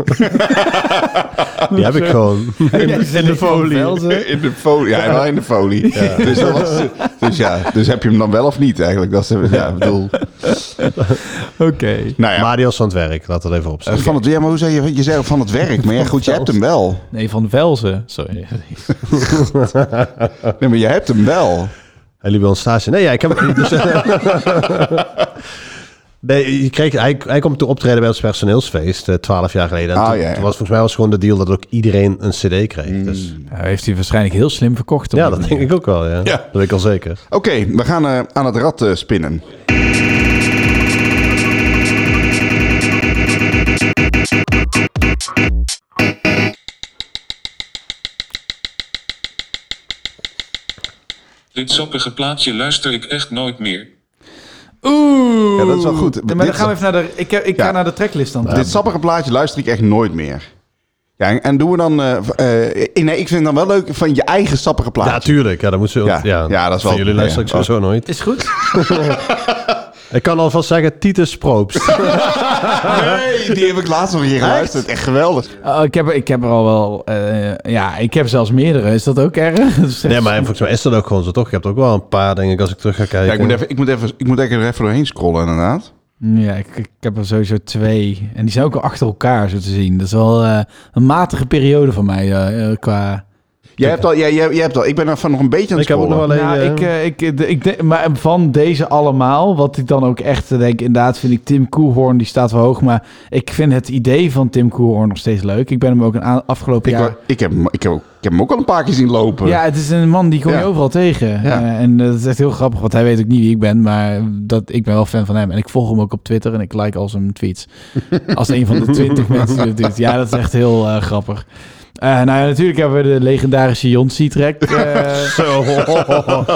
D: Die heb ik gewoon.
C: in de folie.
B: in de folie. Ja, wel in de folie. Dus, dat was, dus ja, dus heb je hem dan wel of niet eigenlijk? Dat is, eh, ja, ik bedoel,
C: Oké.
B: nou ja,
D: Marios van het werk, laat dat even
B: eh,
D: opzetten.
B: van het, ja, maar hoe zei je, je zei van het werk, maar ja, goed, je hebt hem wel.
C: Nee, van Velzen. Sorry.
B: Nee, maar je hebt hem wel.
D: En jullie bij ons stage. Nee, ja, ik heb... dus, Nee, je kreeg, hij, hij komt te optreden bij ons personeelsfeest eh, twaalf jaar geleden. En
B: Ah,
D: toen,
B: ja, Hmm, ja.
D: toen was volgens mij was gewoon de deal dat ook iedereen een cd kreeg. Dus,
C: Nou, heeft hij waarschijnlijk heel slim verkocht. op
D: ja,
C: die
D: dat denk
C: manier.
D: ik ook wel. Ja.
B: Ja.
D: Dat weet ik al zeker.
B: Oké, we gaan eh, aan het rad eh, spinnen.
E: Dit sappige plaatje luister ik echt nooit meer.
C: Oeh.
B: Ja, dat is wel goed.
C: Maar dan
B: Dit-
C: gaan we even naar de, ik ik
B: Ja.
C: ga naar de tracklist dan.
B: Dit sappige plaatje luister ik echt nooit meer. Ja, en, en doen we dan... eh, v- eh, nee, ik vind het dan wel leuk van je eigen sappige plaatje.
D: Ja, tuurlijk. Ja, dat moeten ze ook-
B: Ah, Ja, ja, dat is
D: van
B: wel-
D: jullie
B: ja,
D: luister ik
B: ja.
D: sowieso nooit.
C: Is goed.
D: Ik kan alvast zeggen Titus Proopst.
B: Nee, die heb ik laatst nog een keer geluisterd. Echt geweldig.
C: Oh, ik, heb, er- ik heb er al wel... eh, ja, ik heb zelfs meerdere. Is dat ook erg? Dat is echt-
D: nee, maar volgens mij is dat ook gewoon zo, toch? Je hebt ook wel een paar, denk ik, als ik terug ga kijken.
B: Ja, ik moet, even, ik, moet even, ik moet echt er even doorheen scrollen, inderdaad.
C: Ja, ik, ik heb er sowieso twee. En die zijn ook al achter elkaar, zo te zien. Dat is wel eh, een matige periode van mij eh, eh, qua...
B: Jij hebt al, jij, jij, jij hebt al, ik ben er van nog een beetje aan het
D: Ik heb ook nog
B: scrollen.
D: wel een...
C: nou,
D: eh,
C: ik, eh, ik, de- ik, denk- maar van deze allemaal, wat ik dan ook echt eh, denk, inderdaad vind ik Tim Koehoorn, die staat wel hoog. Maar ik vind het idee van Tim Koehoorn nog steeds leuk. Ik ben hem ook een aan- afgelopen
B: Ik,
C: jaar...
B: wa- ik, heb, hem- ik, heb, ook- ik heb hem ook al een paar keer zien lopen.
C: Ja, het is een man die kom je
B: Ja.
C: overal tegen.
B: Ja.
C: Eh, en eh, dat is echt heel grappig, want hij weet ook niet wie ik ben, maar dat, ik ben wel fan van hem. En ik volg hem ook op Twitter en ik like al zijn tweets. Als een van de twintig mensen die dat doet. Ja, dat is echt heel eh, grappig. Eh, nou ja, natuurlijk hebben we de legendarische Jonsi-track. eh
D: Zo,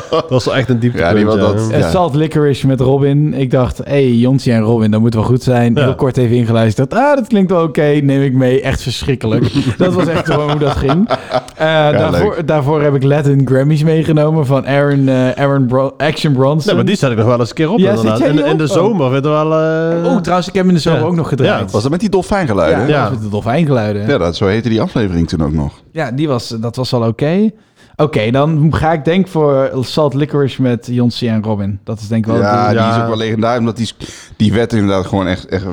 D: dat was wel echt een dieptepunt.
B: Ja, die was
D: ja.
B: dat.
C: eh, Salt Licorice met Robin. Ik dacht, hé, hey, Jonsi en Robin, dat moet wel goed zijn.
D: Ja.
C: Heel kort even ingeluisterd. Ah, dat klinkt wel oké. Neem ik mee. Echt verschrikkelijk. dat was echt gewoon hoe dat ging. Eh, daarvoor, daarvoor heb ik Latin Grammys meegenomen van Aaron, eh, Aaron Bro- Action Bronson.
D: Nee, maar die zet ik nog wel eens een keer op,
C: Ja,
D: inderdaad.
C: zet jij
D: In,
C: die
D: in de
C: op?
D: zomer werd er wel... eh,
C: Oh, trouwens, ik heb hem in de zomer
D: Ja.
C: ook nog gedraaid.
B: Was dat met die dolfijngeluiden?
C: Ja,
B: Ja,
C: dat was met de dolfijngeluiden.
B: ja dat, zo heette die aflevering toen ook nog.
C: Ja, die was, dat was al oké. Oké, dan ga ik denk voor Salt Licorice met Jonsi en Robin. Dat is denk ik wel...
B: ja,
C: de-
B: die is
D: ja.
B: ook wel legendarisch, omdat die, is- die werd inderdaad gewoon echt, echt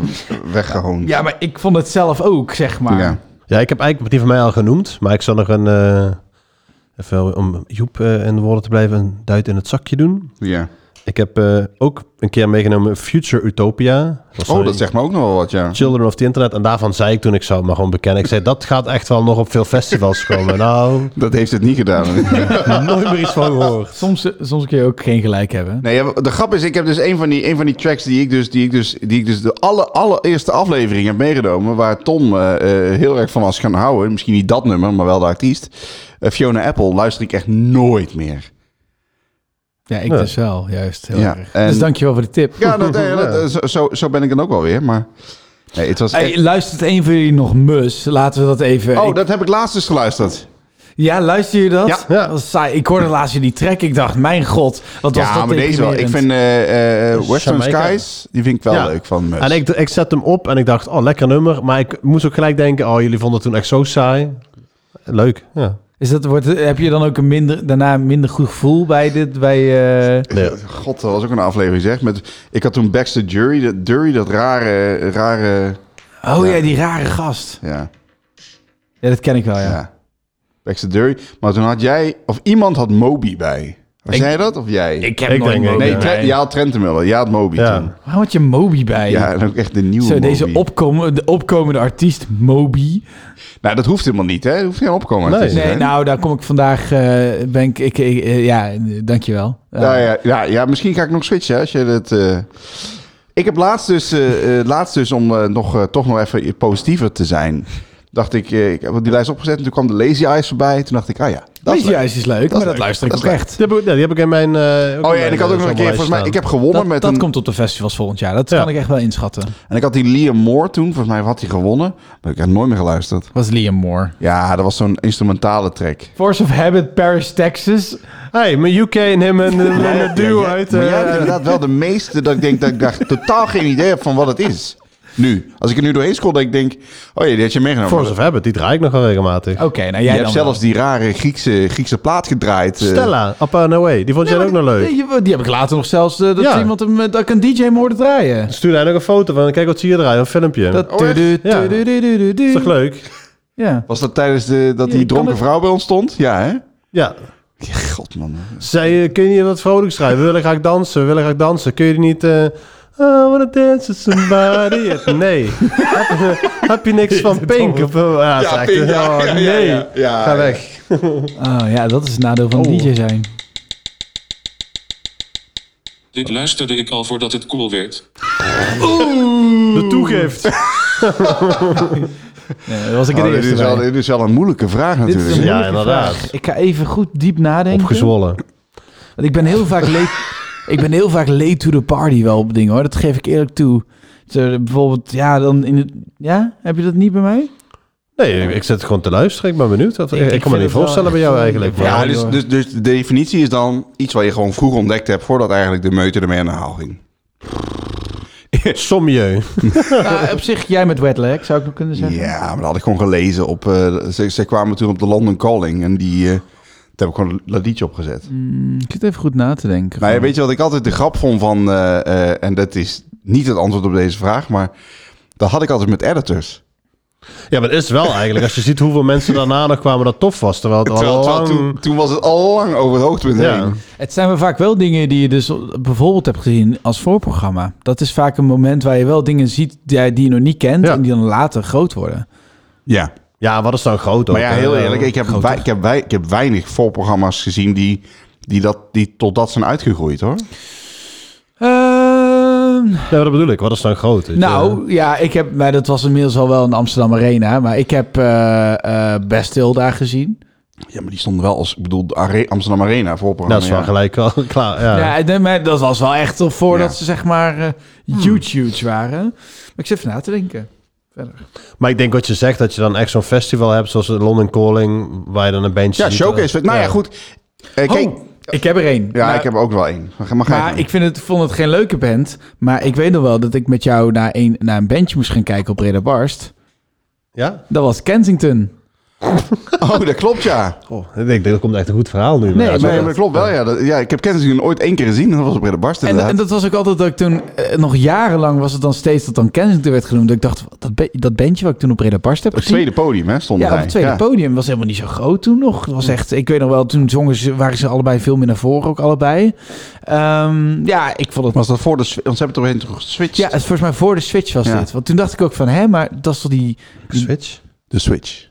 B: weggehoond.
C: ja, maar ik vond het zelf ook, zeg maar.
B: Ja.
D: Ja, ik heb eigenlijk die van mij al genoemd, maar ik zal nog een... eh, even om Joep eh, in de woorden te blijven, een duit in het zakje doen.
B: Ja.
D: Ik heb eh, ook een keer meegenomen Future Utopia. was
B: Oh,
D: een-
B: dat zegt me ook nog wel wat, ja.
D: Children of the Internet. En daarvan zei ik toen, ik zou het maar gewoon bekennen. Ik zei, dat gaat echt wel nog op veel festivals komen. Nou,
B: Dat heeft het niet gedaan.
D: nooit meer iets van gehoord.
C: Soms, eh, soms kun je ook geen gelijk hebben.
B: Nee, ja, de grap is, ik heb dus een van die, een van die tracks die ik dus, die ik dus, die ik dus de alle, allereerste aflevering heb meegenomen, waar Tom eh, eh, heel erg van was gaan houden. Misschien niet dat nummer, maar wel de artiest. Eh, Fiona Apple luister ik echt nooit meer.
C: Ja, ik
D: Ja.
C: dus wel, juist. Heel
B: Ja,
C: erg.
B: en-
C: Dus dankjewel voor de tip.
B: Ja, dat, eh, dat, eh, zo- zo, zo ben ik dan ook wel weer, maar nee, het was echt-
C: Hey, luistert een van jullie nog mus? Laten we dat even...
B: Oh,
C: ik-
B: dat heb ik laatst dus geluisterd.
C: Ja, luister je dat?
B: Ja.
D: Ja.
C: Dat is saai. Ik hoorde laatst jullie track. Ik dacht, mijn god, wat was
B: Ja,
C: dat
B: maar deze wel. Ik
C: deprimerend.
B: vind eh, eh, Western
D: Jamaica.
B: Skies, die vind ik wel
D: Ja.
B: leuk van eh, Musk.
D: En ik, ik zet hem op en ik dacht, oh, lekker nummer. Maar ik moest ook gelijk denken, oh, jullie vonden het toen echt zo saai. Leuk, ja.
C: Is dat, wordt, heb je dan ook een minder, daarna een minder goed gevoel bij dit? Bij, eh,
D: Nee.
B: God, dat was ook een aflevering, zeg. Met, ik had toen Baxter Jury, dat, Dury, dat rare, rare...
C: Oh ja.
B: Ja.
C: die rare gast.
B: Ja,
C: Ja, dat ken ik wel, ja.
B: ja. Baxter Dury. Maar toen had jij, of iemand had Moby bij. Was
C: Ik-
B: jij dat, of jij?
C: Ik heb
D: Ik
C: nooit
D: denk
C: Moby.
D: ook,
B: nee,
D: ja.
B: Tre- jij had Trentemüller, jij had Moby
D: Ja.
B: toen.
C: Waarom had je Moby bij?
B: Ja, en ook echt de nieuwe
C: Zo, deze
B: Moby.
C: opkomen, de opkomende artiest, Moby.
B: Nou, dat hoeft helemaal niet, hè? Dat hoeft geen opkomen.
D: Nee.
B: te zijn.
C: Nee, nou, daar kom ik vandaag. eh ben ik, ik, ik- eh, ja, dankjewel. Eh,
B: Ja, ja, ja, ja, misschien ga ik nog switchen hè, als je dat. eh. Ik heb laatst dus, eh, eh, laatst dus om eh, nog, eh, toch nog even positiever te zijn, dacht ik, eh, ik heb die lijst opgezet en toen kwam de Lazy Eyes voorbij. Toen dacht ik, ah ja, dat
C: Weet
B: is
C: je,
B: leuk.
C: juist is leuk,
B: is
C: maar dat
B: leuk.
C: luister ik
B: Dat
C: ook
B: is leuk.
C: echt.
D: Die heb ik, ja, die heb ik in mijn... eh, ook
B: Oh
D: in
B: ja, en
D: mijn,
B: ik had ook nog een keer,
D: eh, zomerlijst
B: volgens mij,
D: staan.
B: ik heb gewonnen
C: Dat,
B: met
C: dat
B: een...
C: komt op de festivals volgend jaar. Dat
D: Ja.
C: kan ik echt wel inschatten.
B: En ik had die Liam Moore toen, volgens mij had hij gewonnen, maar ik heb nooit meer geluisterd.
C: Was Liam Moore.
B: Ja, dat was zo'n instrumentale track.
C: Force of Habit, Paris, Texas.
D: Hey, mijn UK en hem en en- en het duo
B: Ja, jij-
D: uit...
B: Maar
D: eh,
B: jij hebt inderdaad wel de meeste dat ik denk dat ik daar totaal geen idee heb van wat het is. Nu, als ik er nu doorheen scroll, dat ik denk, oh ja, die had je meegenomen.
D: Force of Habit, die draai ik nog wel regelmatig.
C: Oké, nou jij
B: je hebt
C: dan
B: zelfs die rare Griekse, Griekse plaat gedraaid. eh.
D: Stella, Up and Away, die vond
C: wel.
D: jij ook nog leuk.
C: Nee, Die, die heb ik later nog zelfs, eh, dat
D: Ja.
C: iemand hem, eh, dat ik een DJ moorde draaien.
D: Stuurde hij nog een foto van, kijk wat zie je draaien, een filmpje. Dat
C: Dat
B: Oh, echt?
C: tudu,
D: Ja.
C: tudu, tudu, tudu.
D: is toch leuk?
C: Ja.
B: Was dat tijdens de, dat die
C: Ja, ik kan
B: dronken
C: het-
B: vrouw bij ons stond? Ja, hè?
D: Ja.
B: God, man.
D: Zei, eh, kun je wat vrolijk schrijven? We willen graag dansen, we willen graag dansen. Kun je die niet... eh, I wanna dance with somebody. nee. heb, je, heb je niks van Pink? Of, oh, ah, zei ik.
B: Pink, ja,
D: Oh,
B: ja, ja,
D: nee.
B: ja, ja,
D: Ga
B: ja.
D: weg.
C: Ah ja, dat is het nadeel van
D: Oh.
C: DJ zijn.
E: Dit luisterde ik al voordat het cool werd.
D: De toegift.
C: Nee, dat was ik
B: Oh,
C: in de
B: dit,
C: eerste
B: is wel,
C: bij.
B: dit is wel een moeilijke vraag
C: Dit is
B: natuurlijk.
C: een
D: Ja,
C: moeilijke
D: inderdaad.
C: vraag. Ik ga even goed diep nadenken.
D: Opgezwollen.
C: Want ik ben heel vaak late, ik ben heel vaak late to the party wel op dingen hoor. Dat geef ik eerlijk toe. Zo, bijvoorbeeld, ja, dan in het, ja, heb je dat niet bij mij?
D: Nee, ik, ik zit gewoon te luisteren. Ik ben benieuwd. Wat,
C: Ik-
D: ik,
C: ik
D: ik kan me
C: vind
D: niet
C: het wel
D: voorstellen bij jou
C: echt
D: eigenlijk.
C: een-
D: maar-
B: Ja,
C: Ja,
B: dus,
C: joh.
B: dus, dus de definitie is dan iets wat je gewoon vroeg ontdekt hebt voordat eigenlijk de meute ermee aan de haal ging.
C: dus-
D: Sommieu.
C: Nou, op zich, jij met wet leg, zou ik nog kunnen zeggen.
B: Ja, maar dat had ik gewoon gelezen op. eh, ze, ze kwamen toen op de London Calling en die. eh, daar heb ik gewoon dat liedje opgezet.
C: Mm, ik zit even goed na te denken.
B: Maar Nou ja, weet je wat ik altijd de grap vond van, eh, eh, en dat is niet het antwoord op deze vraag, maar dat had ik altijd met editors.
D: Ja, maar het is wel eigenlijk. Als je ziet hoeveel mensen daarna nog kwamen dat tof was. Terwijl het al
B: Terwijl, terwijl
D: lang...
B: toen, toen was het al lang over het hoogtepunt
D: Ja.
B: heen.
C: Het zijn wel vaak wel dingen die je dus bijvoorbeeld hebt gezien als voorprogramma. Dat is vaak een moment waar je wel dingen ziet die die je nog niet kent
D: Ja.
C: en die dan later groot worden.
B: Ja,
D: Ja, wat is dan groot ook.
B: maar ja,
D: hè?
B: heel eerlijk, ik heb,
C: groter.
B: wei- ik heb, wei- ik heb weinig voorprogramma's gezien die, die, dat, die tot dat zijn uitgegroeid hoor.
C: Ehm,
D: Ja, dat bedoel ik. eh, Wat is dan groot? weet je?
C: nou, ja, ik heb, maar dat was inmiddels al wel in de Amsterdam Arena. Maar ik heb eh, eh, Best Hill daar gezien.
B: Ja, maar die stonden wel als, ik bedoel, de Are- Amsterdam Arena
D: Nou, dat
B: voorprogramma.
D: is wel
B: ja.
D: gelijk al klaar. Ja.
C: Ja, nee, maar dat was wel echt al voordat
B: Eh. Ja. Hmm.
C: ze zeg maar eh, huge huge waren. Maar ik zit even na te denken. Verder.
D: Maar ik denk wat je zegt, dat je dan echt zo'n festival hebt, zoals de London Calling, waar je dan een bandje
B: Ja,
D: ziet.
B: showcase. Nou ja, goed. Eh, kijk,
C: Oh, ik heb er één.
B: ja,
C: Maar-
B: ik heb er ook wel één. Maar, ga- maar, ga je
C: Maar
B: gang.
C: ik vind het, vond het geen leuke band. Maar ik weet nog wel dat ik met jou naar een, naar een bandje moest gaan kijken op Breda Barst.
D: Ja?
C: Dat was Kensington.
B: Oh, dat klopt ja.
D: Oh, ik denk, dat komt echt een goed verhaal nu.
C: Nee,
D: Ja,
B: Nee,
D: zo-
B: maar dat klopt wel ja. Dat- ja ik heb Kensington ooit één keer gezien. en Dat was op de barst
C: En,
B: inderdaad.
C: en dat was ook altijd dat ik toen, eh, nog jarenlang was het dan steeds dat dan Kensington werd genoemd. Dat ik dacht, dat, be- dat bandje wat ik toen op Breda Barst heb
B: Op het
C: gezien.
B: tweede podium hè, stond
C: ja, op het tweede podium was helemaal niet zo groot toen nog. Het was echt, ik weet nog wel, toen zongen ze, waren ze allebei veel meer naar voren, ook allebei. Ehm, ja, ik vond het
B: Was dat voor de... swi- Want ze hebben toch heen geswitcht?
C: Ja, het, volgens mij voor de Switch was
B: Ja.
C: dit. Want toen dacht ik ook van, hè, maar dat is toch die...
D: Switch?
B: De switch.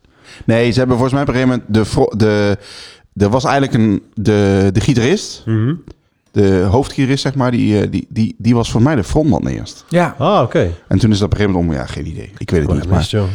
B: Nee, ze hebben volgens mij op een gegeven moment... De, fro- de, er was eigenlijk een... De, de gitarist,
C: Mhm.
B: de hoofdgitarist zeg maar, die, eh, die, die, die was voor mij de frontman eerst.
C: Ja,
D: Ah, oké.
B: En toen is dat op een gegeven moment om... Ja, geen idee. Ik weet het niet.
D: Wat mis,
B: Maar.
D: joh.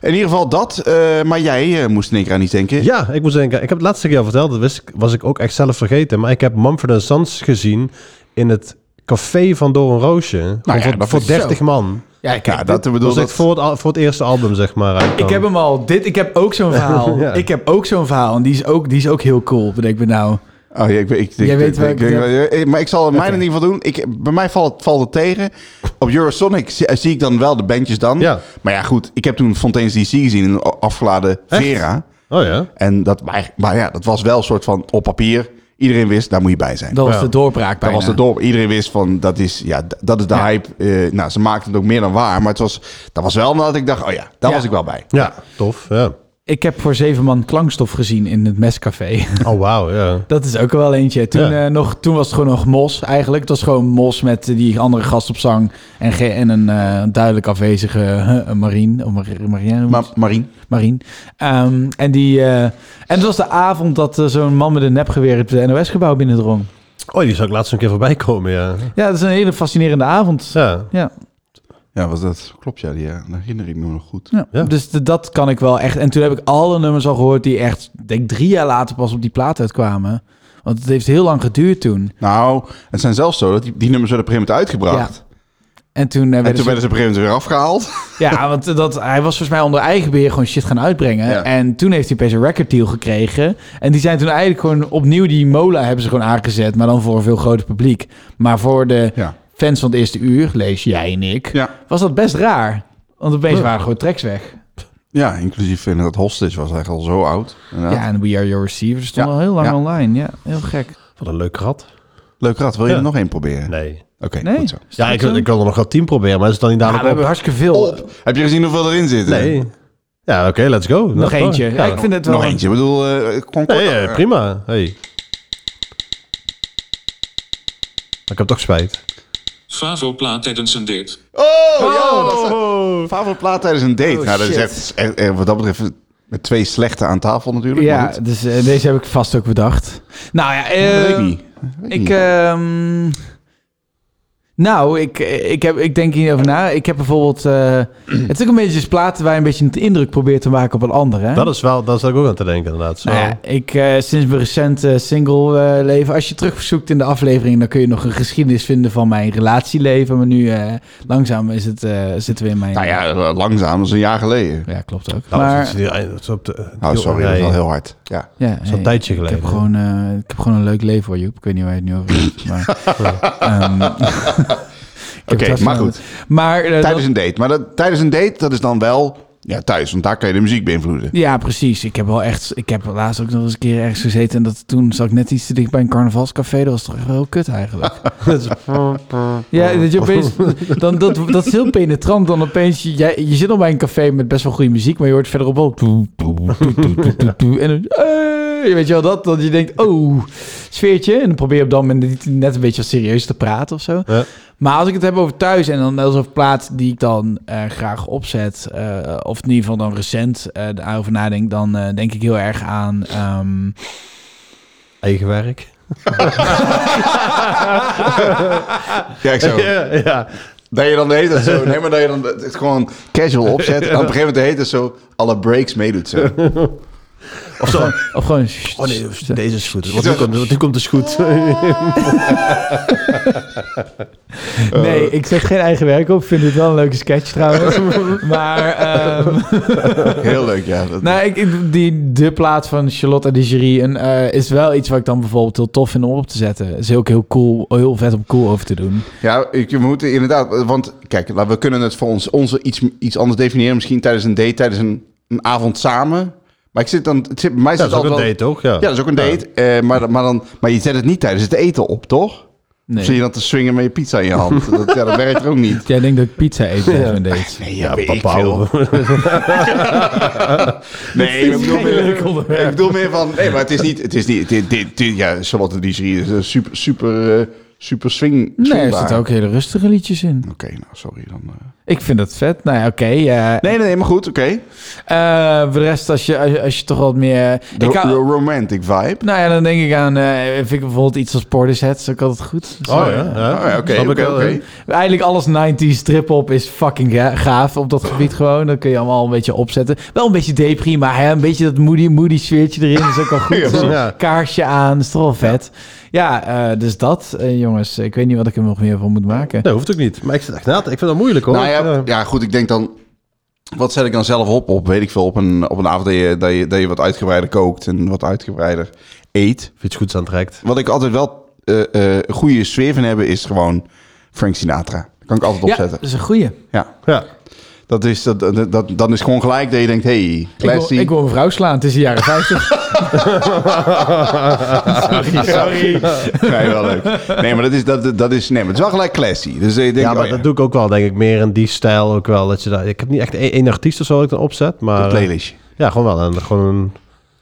B: In ieder geval dat. eh, maar jij eh, moest in één keer aan iets denken.
D: Ja, ik moet denken, ik heb het laatste keer al verteld, dat wist ik, was ik ook echt zelf vergeten. Maar ik heb Mumford Sons gezien in het café van Doorn Roosje.
B: Nou ja,
D: voor
B: dat
D: voor
B: is zo.
D: 30 man.
C: ja kijk,
B: Ja, dat bedoel
D: Dat was echt
B: dat...
D: voor het, al- voor het eerste album, zeg maar. uitkwam.
C: Ik heb hem al. Dit, ik heb ook zo'n verhaal.
D: Ja.
C: Ik heb ook zo'n verhaal. En die is ook, die is ook heel cool, bedenk me nou.
B: Oh ja, ik weet... Ik, ik,
C: Jij
B: ik-
C: weet waar
B: ik-
C: ik het
B: ik- ik- Maar ik zal het mijn in ieder geval doen. Ik, bij mij valt, valt het tegen. Op Eurosonic zie, eh, zie ik dan wel de bandjes dan.
D: Ja.
B: Maar ja, goed. Ik heb toen Fontaine's DC gezien in een afgeladen
D: Echt?
B: Vera.
D: Oh ja?
B: En dat, maar, maar ja, dat was wel een soort van op papier. Iedereen wist, daar moet je bij zijn.
C: Dat was
D: Ja.
C: de doorbraak
B: Dat
C: bijna.
B: was het dorp. Iedereen wist van, dat is, ja, d- dat is de
C: Ja.
B: hype. Eh, nou, ze maakten het ook meer dan waar. Maar het was, dat was wel omdat ik dacht, oh ja, daar
C: Ja.
B: was ik wel bij.
D: Ja, tof. Ja.
C: Ik heb voor zeven man klankstof gezien in het mescafé.
D: Oh, wauw, ja.
C: Dat is ook wel eentje. Toen,
D: Ja.
C: eh, nog, toen was het gewoon nog mos eigenlijk. Het was gewoon mos met eh, die andere gast op zang. En, ge- en een eh, duidelijk afwezige eh, Marien. Of Mar Marianne, hoe
B: Maar Marien,
C: Marien. Ehm, en, die, eh, en het was de avond dat eh, zo'n man met een nepgeweer het NOS-gebouw binnendrong.
D: Oh, die zou ik laatst een keer voorbij komen, ja.
C: Ja, dat is een hele fascinerende avond.
D: Ja,
C: Ja,
B: ja, was dat, klopt ja, die eh, daar herinner ik me nog goed.
C: ja.
D: Ja.
C: dus d- dat kan ik wel echt. En toen heb ik alle nummers al gehoord die echt, denk ik, drie jaar later pas op die plaat uitkwamen. Want het heeft heel lang geduurd toen.
B: Nou, het zijn zelfs zo dat die, die nummers werden op een gegeven moment uitgebracht.
C: En toen, eh,
B: En
C: werden
B: toen
C: ze-
B: werden ze op een gegeven moment weer afgehaald.
C: Ja, want eh, dat, hij was volgens mij onder eigen beheer gewoon shit gaan uitbrengen.
B: Ja.
C: En toen heeft hij opeens een record deal gekregen. En die zijn toen eigenlijk gewoon opnieuw die mola hebben ze gewoon aangezet. Maar dan voor een veel groter publiek. Maar voor de
B: Ja.
C: fans van het eerste uur, lees jij en ik,
B: Ja.
C: was dat best raar. Want opeens
D: Ja.
C: waren gewoon tracks weg.
B: Ja, inclusief in dat Hostage was eigenlijk al zo oud.
C: Ja,
B: Inderdaad.
C: en We Are Your Receivers stond
B: Ja.
C: al heel lang
B: Ja.
C: online. Ja, heel gek. Ah,
D: wat een leuk rat.
B: Leuk rat, wil je
D: Ja.
B: er nog één proberen?
D: Nee.
B: Oké,
C: Nee?
B: goed zo.
C: Is
D: Ja,
C: dat
D: ik,
C: zo?
D: ik wil er nog wel tien proberen, maar is het dan niet
C: Ja, we
D: dadelijk
C: hebben
D: op?
C: hartstikke veel.
B: Op. Heb je gezien hoeveel erin zit?
D: Nee. Ja, oké, let's go.
C: Nog
D: Nou,
C: eentje.
D: toch?
C: Ja,
D: Ja.
C: ik vind het wel...
B: Nog eentje, ik bedoel, eh kon
D: Nee,
B: korter.
D: eh, prima. Hey. Maar Ik heb toch spijt.
E: Favo plaat tijdens een date.
B: Oh, ja, dat is- Favoriete plaat tijdens een date.
C: Oh,
B: nou, dat is
C: shit.
B: echt, echt- echt wat dat betreft met twee slechte aan tafel natuurlijk. maar
C: Ja,
B: goed.
C: dus eh, deze heb ik vast ook bedacht. Nou ja,
B: Oh. dat weet ik
C: eh,
B: niet. Dat weet
C: Ik,
B: niet.
C: ehm, nou, ik, ik, heb, ik denk hierover na. Ik heb bijvoorbeeld... eh, het is ook een beetje dus platen waar je een beetje het indruk probeert te maken op een ander. Hè?
D: Dat is wel, daar zat ik ook aan te denken inderdaad. Zo.
C: Nou ja, ik, eh, sinds mijn recente single eh, leven... Als je terugzoekt in de aflevering... dan kun je nog een geschiedenis vinden van mijn relatieleven. Maar nu eh, langzaam is het, eh, zitten we in mijn...
B: nou ja, langzaam, dat is een jaar geleden.
C: Ja, klopt ook.
D: Nou,
C: maar,
D: dat is- dat is op de-
B: Oh, sorry, dat is
D: nee,
B: wel heel hard. Ja.
C: ja,
D: dat is al een
C: hey,
D: tijdje
C: ik
D: geleden.
C: heb, gewoon, eh, ik heb gewoon een leuk leven hoor, Joep. Ik weet niet waar je het nu over hebt. Maar, ehm, ik heb het
B: Oké,
C: hartstikke
B: maar
C: leuk.
B: goed.
C: Maar, eh, dat-
B: Tijdens een date. Maar dat, tijdens een date, dat is dan wel ja, thuis. Want daar kan je de muziek beïnvloeden.
C: Ja, precies. Ik heb wel echt. Ik heb laatst ook nog eens een keer ergens gezeten. En dat, toen zat ik net iets te dicht bij een carnavalscafé. Dat was toch echt wel kut eigenlijk.
D: Dat is-
C: ja, dat je opeens. Dan, dat, dat is heel penetrant. Dan opeens. Je, jij- je zit al bij een café met best wel goede muziek. Maar je hoort verderop wel. toe, toe, toe, toe, toe, toe, toe. En dan. eh, je weet je wel dat? Dat je denkt. Oh, sfeertje. En dan probeer je op dat moment niet- net een beetje wat serieus te praten of zo.
D: Ja.
C: Maar als ik het heb over thuis en dan als een plaat die ik dan eh, graag opzet, eh, of in ieder geval dan recent eh daarover nadenk, dan eh, denk ik heel erg aan. ehm,
D: Eigen werk.
B: Ja, ik zou...
D: Ja, ja.
B: Dat je dan de hele tijd zo... Nee, maar dat je dan het gewoon casual opzet. En op een gegeven moment de hele tijd zo alle breaks meedoet. Zo.
D: Of zo.
C: of gewoon.
D: Oh nee, deze is goed. Want nu komt, want nu komt dus goed.
C: Nee, ik zet geen eigen werk op. Vind het wel een leuke sketch trouwens. maar. ehm,
B: Heel leuk, ja. Dat,
C: nou, ik, ik- die, de plaat van Charlotte en de jury en, eh, is wel iets wat ik dan bijvoorbeeld heel tof vind om op te zetten. Is ook heel cool, heel vet om cool over te doen.
B: Ja, ik, we moeten inderdaad... Want kijk, laat- we kunnen het voor ons onze iets, iets anders definiëren. Misschien tijdens een date, tijdens een, een avond samen. Maar ik zit dan... Het zit, bij mij
D: Dat
B: zit
D: is ook een
B: altijd wel-
D: date, toch? Ja,
B: Ja, dat is ook een date. eh, maar, maar, dan, maar je zet het niet tijdens het eten op, toch?
C: Nee.
B: Zie je dat te swingen met je pizza in je hand? Dat, ja, dat werkt ook niet.
C: Jij denkt dat ik pizza eet tijdens mijn dates.
B: Nee,
D: Ja,
B: weet ik
D: papa.
B: veel. Nee, ik bedoel,
C: leuk
B: meer,
C: onderwerp.
B: ik bedoel meer van... Nee, maar het is niet... Het is niet dit, dit, dit, ja, Charlotte die serie is een super, super, eh, super swing.
C: Nee, er
B: swingbaar.
C: zitten ook hele rustige liedjes in.
B: Oké, nou, sorry dan. eh.
C: Ik vind dat vet. Nou ja, oké. eh,
B: Nee, nee, nee, maar goed, oké.
C: eh, voor de rest, als je, als je, als je toch wat meer...
B: De
C: ik
B: de
C: hou-
B: romantic vibe.
C: nou ja, dan denk ik aan... eh, vind ik bijvoorbeeld iets als Portishead. Dat is ook altijd goed. Dus,
D: Oh
C: eh,
D: ja,
B: Oh, ja,
D: ja.
B: Oké,
D: Snap ik
B: oké,
D: wel, hè.
B: oké.
C: Eigenlijk alles 90s strip-op is fucking ga- gaaf op dat gebied gewoon. Dat kun je allemaal een beetje opzetten. Wel een beetje depri, maar hè, een beetje dat moody, moody sfeertje erin is ook al goed.
B: Ja,
C: Zo'n
D: ja.
C: Kaarsje aan, is toch wel vet. Ja, eh, dus dat, eh, jongens. Ik weet niet wat ik er nog meer van moet maken.
D: Dat hoeft ook niet. Maar ik zit echt na te- Ik vind dat moeilijk hoor.
B: Nou ja,
D: Ik, eh,
B: ja, goed, ik denk dan... Wat zet ik dan zelf op? Op, weet ik veel, op een, op een avond dat je, dat, je, dat je wat uitgebreider kookt en wat uitgebreider eet.
D: Of iets goeds aantrekt.
B: Wat ik altijd wel eh, eh, een goede sfeer van hebben, is gewoon Frank Sinatra. Dat kan ik altijd
C: Ja,
B: opzetten.
C: dat is een goeie.
B: Ja,
D: Ja.
B: dat is, dat, dat, dat, dan is gewoon gelijk dat je denkt, hey,
C: Ik wil,
B: classy.
C: ik wil een vrouw slaan, het is de jaren 50. sorry, sorry.
B: Nee, wel leuk. Nee, maar dat is, dat, dat is, nee, maar het is wel gelijk classy. Dus je denkt,
D: ja, maar
B: oh ja,
D: dat doe ik ook wel, denk ik, meer in die stijl ook wel. Dat je daar, ik heb niet echt één, één artiest of zo dat ik dan opzet, maar...
B: een
D: eh,
B: playlistje.
D: Ja, gewoon wel. En gewoon een,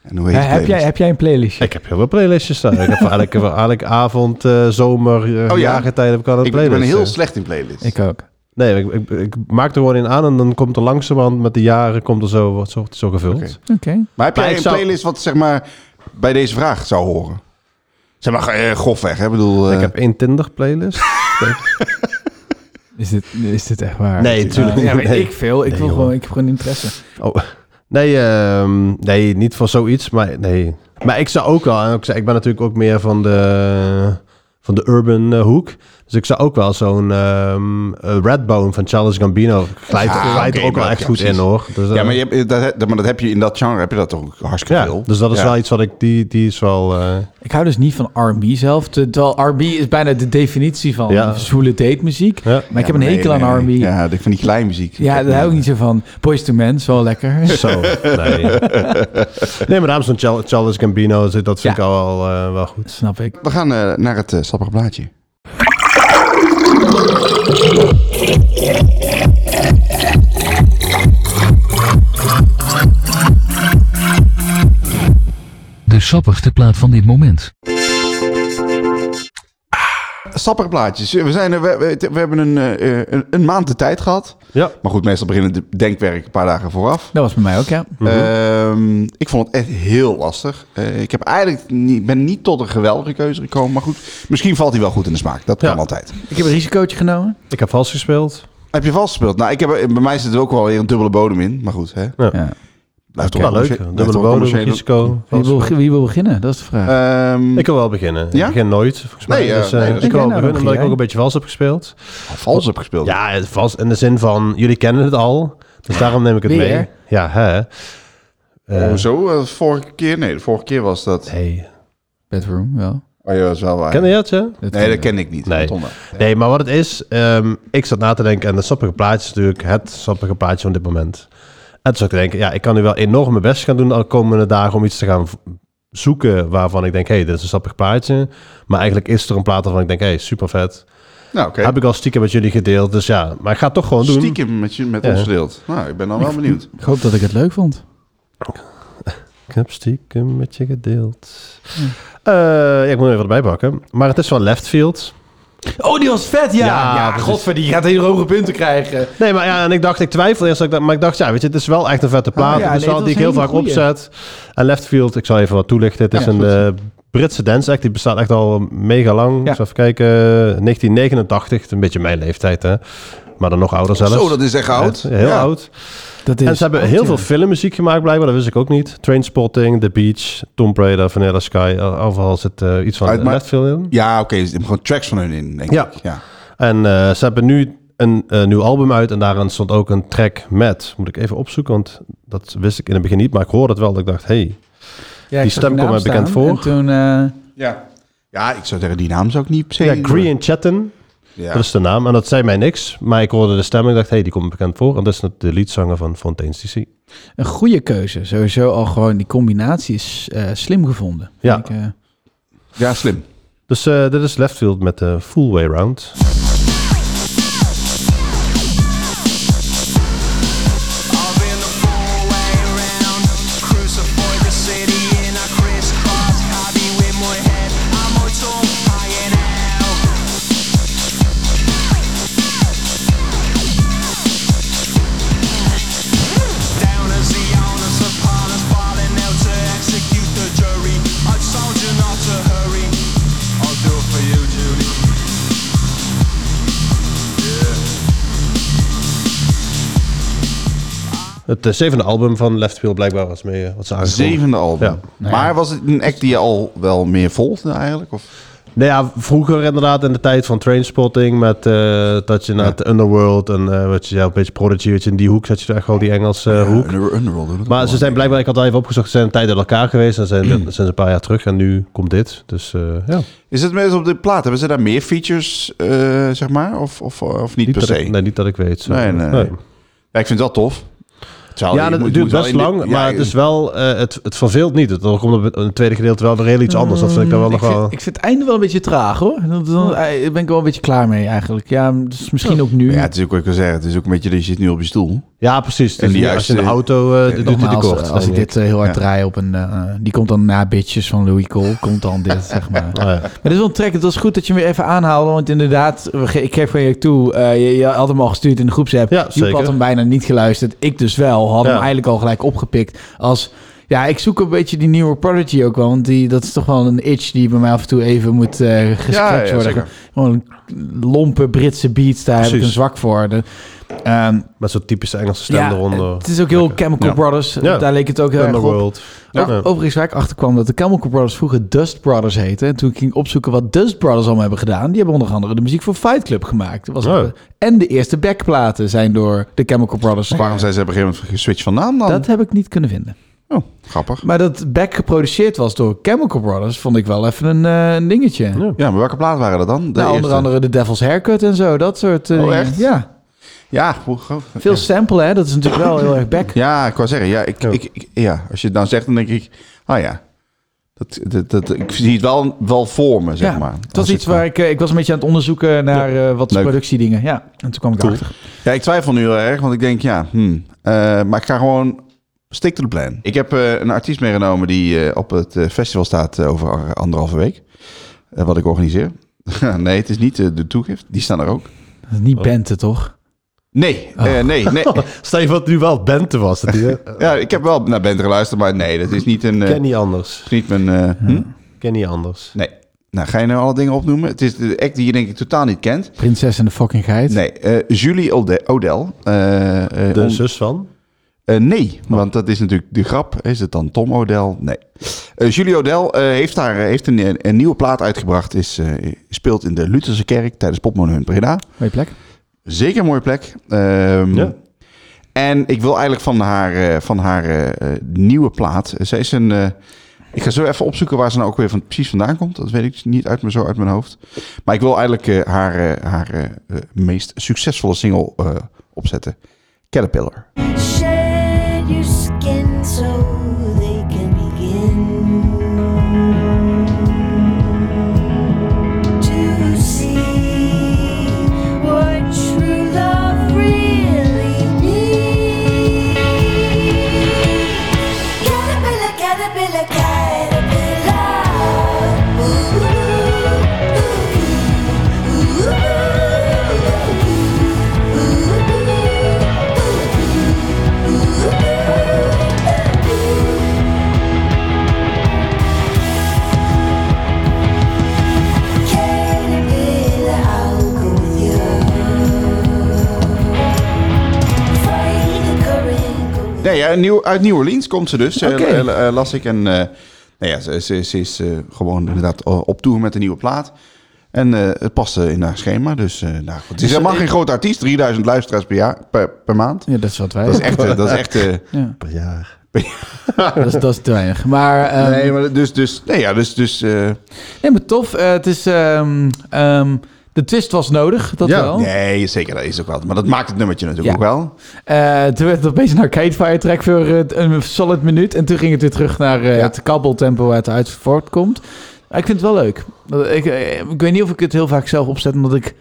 B: En hoe heet
C: Hè,
B: die
C: heb, jij,
B: playlist?
C: heb jij een playlistje?
D: ik heb heel veel playlistjes staan. ik heb voor elke, voor elke avond, eh, zomer, eh,
B: Oh ja.
D: jaargetijden heb ik al een
B: Ik
D: playlist.
B: ben heel
D: eh.
B: slecht in playlists.
C: Ik ook.
D: Nee, ik, ik, ik maak er gewoon in aan en dan komt er langzamerhand met de jaren komt er zo, wordt zo, wordt zo gevuld.
B: Oké.
C: Oké.
B: maar heb jij
D: Maar ik
B: een
D: zou-
B: playlist wat zeg maar bij deze vraag zou horen? Zeg maar eh, grofweg, hè? Ik bedoel, eh,
D: Ik heb één Tinder-playlist.
C: Is dit, is dit echt waar?
D: Nee, tuurlijk
C: Ja,
D: niet.
C: weet
D: Nee.
C: ik veel. Ik,
D: Nee,
C: wil
D: joh.
C: gewoon, ik heb gewoon interesse.
D: Oh. Nee, ehm, nee, niet voor zoiets, maar nee. Maar ik zou ook wel, en ik, zei, ik ben natuurlijk ook meer van de, van de urban eh, hoek. Dus ik zou ook wel zo'n ehm, eh, Redbone van Charles Gambino glijdt
B: Ah,
D: glijdt
B: oké,
D: er ook wel
B: maar-
D: echt
B: ja,
D: goed
B: precies.
D: in hoor. Dus, eh,
B: ja, maar, je, hebt- dat, maar dat heb je in dat genre, heb je dat toch ook hartstikke
D: ja,
B: veel?
D: dus dat is
B: Ja.
D: wel iets wat ik, die, die is wel... eh,
C: Ik hou dus niet van R&B zelf. te- Terwijl R&B is bijna de definitie van
D: Ja.
C: zoele date muziek.
D: Ja.
C: Maar ik heb een
B: nee,
C: hekel
B: nee,
C: aan
B: nee.
C: R&B. Ja,
B: Ja, ik vind die kleinmuziek.
C: daar hou ik niet zo van. Boys to Men is wel lekker.
D: zo, nee. nee, maar daarom zo'n Chal- Charles Gambino, dat vind
C: Ja.
D: ik al wel, eh, wel goed.
C: Snap ik.
B: We gaan eh, naar het eh, sappige blaadje.
F: De sappigste plaat van dit moment.
B: sappige plaatjes. We, zijn, er- we, we, we hebben een, eh, eh, een, een maand de tijd gehad.
D: Ja.
B: Maar goed, meestal beginnen de denkwerk een paar dagen vooraf.
C: Dat was bij mij ook, ja.
D: Mhm.
B: Ehm, ik vond het echt heel lastig. Eh, ik heb eigenlijk niet, ben niet tot een geweldige keuze gekomen. Maar goed, misschien valt hij wel goed in de smaak. Dat
D: Ja.
B: kan altijd.
C: Ik heb een risicootje genomen.
D: Ik heb vals gespeeld.
B: Heb je vast gespeeld? Nou, ik heb, bij mij zit er ook wel weer een dubbele bodem in. Maar goed, hè?
C: Ja.
B: Blijft
D: Wel leuk.
B: commercieel- blijft
D: Dubbele
B: toch
D: bodem,
B: commercieel.
D: risico.
C: Wie,
D: vals.
C: wil, wie wil beginnen? Dat is de vraag.
B: Ehm,
D: Ik kan wel beginnen.
B: Ja?
D: Ik begin nooit, volgens mij.
B: Nee, eh,
D: dus, eh,
B: nee,
D: dus
B: dat-
D: ik kan wel
C: Oké, nou,
D: beginnen,
C: dan
D: omdat
C: begin
D: ik ook
C: jij.
D: een beetje vals heb gespeeld.
B: vals heb gespeeld.
D: Ja, het vals in de zin van, jullie kennen het al. Dus daarom neem ik het
C: Weer?
D: mee. Ja, hè. Eh,
B: Oh, zo? Eh, vorige keer? Nee, de vorige keer was dat...
D: nee.
C: Bedroom, wel.
B: Oh ja, dat is wel waar.
D: Ken je dat, hè?
B: Nee, dat ken ik niet.
D: Nee.
B: Tom wel.
D: Nee, maar wat het is, ehm, ik zat na te denken en de sappige plaatje is natuurlijk het sappige plaatje van dit moment. En toen zat ik te denken, ja, ik kan nu wel enorm mijn best gaan doen de komende dagen om iets te gaan v- zoeken waarvan ik denk, hé, hey, dit is een sappig plaatje. Maar eigenlijk is er een plaat waarvan ik denk, hé, hey, super vet.
B: Nou, oké.
D: Heb ik al stiekem met jullie gedeeld, dus ja, maar ik ga het toch gewoon doen.
B: Stiekem met, je, met
D: Ja.
B: ons gedeeld. Nou, ik ben dan wel benieuwd.
C: Ik hoop dat ik het leuk vond.
D: Ik heb stiekem met je gedeeld.
C: Hm.
D: Eh, ja, ik moet er even erbij pakken. Maar het is van Leftfield.
C: Oh, die was vet, ja.
D: Ja,
C: Ja,
D: precies.
C: godver, die gaat hele hoge punten krijgen.
D: Nee, maar ja, en ik dacht, ik twijfel eerst. dat ik dacht- Maar ik dacht, ja, weet je, het is wel echt een vette plaat.
C: Ah, ja,
D: het is
C: nee,
D: wel
C: dat
D: die ik
C: is
D: heel
C: een
D: vaak
C: goeie.
D: opzet. En Leftfield, ik zal even wat toelichten. Het is
C: Ja,
D: een eh, Britse dance act. Die bestaat echt al mega lang.
C: Ja.
D: Eens even kijken. 1989, het is een beetje mijn leeftijd, hè. Maar dan nog ouder zelfs.
B: Zo, dat is echt oud.
D: Ja, heel
B: Ja.
D: oud.
C: Dat is
D: En ze hebben heel veel filmmuziek gemaakt blijkbaar. Dat wist ik ook niet. Trainspotting, The Beach, Tomb Raider, Vanilla Sky. Overal zit eh, iets van
B: Uit, maar-
D: Leftfield in.
B: Ja, oké. er zitten gewoon tracks van hun in, denk
D: Ja.
B: ik. Ja.
D: En eh, ze hebben nu een eh, nieuw album uit en daarin stond ook een track met. Moet ik even opzoeken, want dat wist ik in het begin niet. Maar ik hoorde het wel dat ik dacht, hey.
C: Ja, ik
D: die
C: zag
D: stem
C: die
D: kwam
C: naam
D: mij bekend
C: staan
D: voor.
C: En toen, eh,
B: Ja. Ja, ik zou zeggen, die naam zou ik niet per se...
D: Ja, Green Chatten,
B: Ja.
D: dat is de naam. En dat zei mij niks, maar ik hoorde de stem en ik dacht, hey, die komt me bekend voor. En dat is de leadzanger van Fontaine's DC.
C: een goede keuze. Sowieso al gewoon die combinatie is eh, slim gevonden.
D: Ja.
C: Vind Ik, eh,
B: Ja, slim.
D: Dus eh, dit is Leftfield met de Full Way Round.
F: I've been the full way round, crucified the city in a crisscross. I be with my head, I'm my tongue hanging out. Down as the onus upon us, falling out to execute the jury. I told you not to hurry. I'll do it for you, Judy.
D: Het eh, zevende album van Leftfield blijkbaar was mee, eh, wat ze aangekondigd.
B: Zevende album.
D: Ja.
B: Maar was het een act die je al wel meer volgde eigenlijk? Of?
D: Nou ja, vroeger inderdaad in de tijd van Trainspotting met eh, dat je naar het Underworld en eh, wat je zei, een beetje Prodigy, wat je in die hoek zat je echt wel die Engelse eh, hoek.
B: Under- Underworld doen het
D: Maar
B: ook
D: ze
B: wel.
D: zijn blijkbaar, ik had al even opgezocht, ze zijn een tijd uit elkaar geweest en zijn, zijn ze een paar jaar terug en nu komt dit. Dus eh, ja,
B: Is het met op de plaat? Hebben ze daar meer features, eh, zeg maar? Of, of, eh, of niet,
D: niet
B: per
D: dat,
B: se?
D: ik, nee, niet dat ik weet. zo.
B: Nee, nee, nee. Ja, ik vind dat tof. Terwijl
D: Ja,
B: je
D: dat
B: moet-
D: duurt
B: moet wel
D: best
B: in de-
D: lang,
B: ja,
D: maar het is wel, eh, het, het verveelt niet. Het, dan komt op het- in het tweede gedeelte wel weer heel iets anders. Dat vind ik dan
B: Mm,
D: wel
C: ik,
D: nog wel...
C: vind, ik vind het einde wel een beetje traag hoor. Dan, dan- eh, ben ik wel een beetje klaar mee eigenlijk. Ja, dus misschien ook nu.
B: Ja, het is ook wat ik wil zeggen. Het is ook een beetje dat je zit nu op je stoel.
D: Ja, precies. Het
B: En
D: is
B: die
D: niet- als je in de
B: juiste-
D: auto, eh, dit duurt hij te
C: Nogmaals,
D: kort.
C: eh, als ik
D: denk
C: dit eh, heel hard
B: Ja.
C: draai op een... eh, die komt dan na Bitches van Louis Cole. Komt dan dit, zeg maar.
D: Oh, ja.
C: Maar dit is wel een track. Het was goed dat je hem weer even aanhaalde. Want inderdaad, we ge- ik geef van je toe. eh, je, je had hem al gestuurd in de groepsapp.
D: Ja,
C: Joep
D: zeker.
C: had hem bijna niet geluisterd. Ik dus wel. Had
D: Ja.
C: hem eigenlijk al gelijk opgepikt. Als, ja, ik zoek een beetje die nieuwe Prodigy ook wel. Want die, dat is toch wel een itch die bij mij af en toe even moet eh
B: Ja,
C: gestretched
B: ja,
C: worden.
B: zeker.
C: Gewoon lompe Britse beats. Daar heb ik
D: Precies.
C: een zwak voor. De, ehm,
D: Met zo'n typische Engelse stem eronder.
C: het is ook heel Chemical
B: Ja.
C: Brothers.
D: Ja.
C: Daar leek het ook heel erg op.
D: Underworld.
C: Ja.
D: Ja.
C: Overigens, waar ik achter kwam dat de Chemical Brothers vroeger Dust Brothers heette. En toen ik ging opzoeken wat Dust Brothers allemaal hebben gedaan. Die hebben onder andere de muziek voor Fight Club gemaakt. Dat Was
D: Oh.
C: ook- En de eerste backplaten zijn door de Chemical Brothers.
B: Dus Waarom zijn ze op een gegeven moment geswitcht van naam dan?
C: Dat heb ik niet kunnen vinden.
B: Oh, grappig.
C: Maar dat back geproduceerd was door Chemical Brothers, vond ik wel even een, eh, een dingetje.
B: Ja, maar welke plaat waren dat dan? De
C: nou, onder
B: eerste?
C: andere de Devil's Haircut en zo, dat soort. eh,
B: Oh, echt?
C: Ja,
B: Ja, hoe- hoe-
C: veel sample, hè? Dat is natuurlijk wel heel erg back.
B: ja, ik wou zeggen. Ja, ik,
D: Ja.
B: ik, ik- ja, als je het nou zegt, dan denk ik... Ah ja, dat, dat, dat, ik zie het wel, wel voor me, zeg
C: ja,
B: maar.
C: het
B: Als
C: was
B: ik-
C: iets waar ik... eh, Ik was een beetje aan het onderzoeken naar eh, wat
B: Leuk.
C: productiedingen. Ja, en toen kwam ik achter.
B: Ja, ik twijfel nu heel erg, want ik denk, ja, hmm, eh, maar ik ga gewoon stick to the plan. Ik heb eh, een artiest meegenomen die eh, op het eh, festival staat eh, over anderhalve week, eh, wat ik organiseer. nee, het is niet eh, de toegift. Die staan er ook.
C: Dat is
B: Oh.
C: niet Bente, toch?
B: Nee,
C: Oh.
B: eh, nee, nee.
D: Stel je voor dat het nu wel Bente was. Dat die, eh,
B: Ja, ik heb wel naar Bent geluisterd, maar nee, dat is niet een... eh,
D: ken niet anders.
B: is niet mijn... eh, hm?
D: Ken niet anders.
B: Nee. Nou, ga je nou alle dingen opnoemen? Het is de act die je denk ik totaal niet kent.
C: Prinses en de fucking geit.
B: Nee, eh, Julie Ode- Odell. eh, eh,
D: De
B: on-
D: zus van?
B: eh, nee, want dat is natuurlijk de grap. Is het dan Tom Odell? Nee. Eh, Julie Odell eh, heeft, daar, eh, heeft een, een nieuwe plaat uitgebracht. Is, eh, speelt in de Lutherse kerk tijdens Popmonument Breda.
C: Mooie plek.
B: Zeker een mooie plek. Ehm,
D: Ja.
B: En ik wil eigenlijk van haar, eh, van haar eh, eh, nieuwe plaat. Ze is een. eh, ik ga zo even opzoeken waar ze nou ook weer van, precies vandaan komt. Dat weet ik dus niet uit, mijn- zo uit mijn hoofd. Maar ik wil eigenlijk eh, haar, eh, haar eh, eh, meest succesvolle single eh, opzetten: Caterpillar.
G: Shed your skin so they can begin to see what true love really needs. Caterpillar, caterpillar, caterpillar. Ooh, ooh, ooh, ooh, ooh, ooh, ooh, ooh, ooh, ooh, ooh. Caterpillar, I'll go with you. Fight the current, go
B: Nee, ja, nieuw, uit New Orleans komt ze dus, eh,
C: Oké.
B: eh, eh, las ik. En eh, nou ja, ze, ze, ze is eh, gewoon inderdaad eh, op tour met een nieuwe plaat. En eh, het past eh, in haar schema, dus eh, nou goed. Het is helemaal geen grote artiest, 3000 luisteraars per, jaar, per, per maand.
C: Ja, dat is wat wij.
B: Dat is echt, eh, dat is echt... eh,
C: Ja,
D: Ja.
C: dat, is, dat is te weinig. Maar, ehm,
B: nee, maar dus, dus, nee, ja, dus, dus eh,
C: nee, maar tof. Eh, het is, ehm, ehm, de twist was nodig, dat
D: Ja.
C: wel.
B: nee, zeker, dat is ook wel. Maar dat maakt het nummertje natuurlijk
C: Ja.
B: ook wel.
C: Eh, toen werd het opeens een arcade fire track voor eh, een solid minuut. En toen ging het weer terug naar eh,
B: Ja.
C: het kabbeltempo waar het uit voortkomt. Maar ik vind het wel leuk. Dat- Ik, eh, ik weet niet of ik het heel vaak zelf opzet, omdat ik...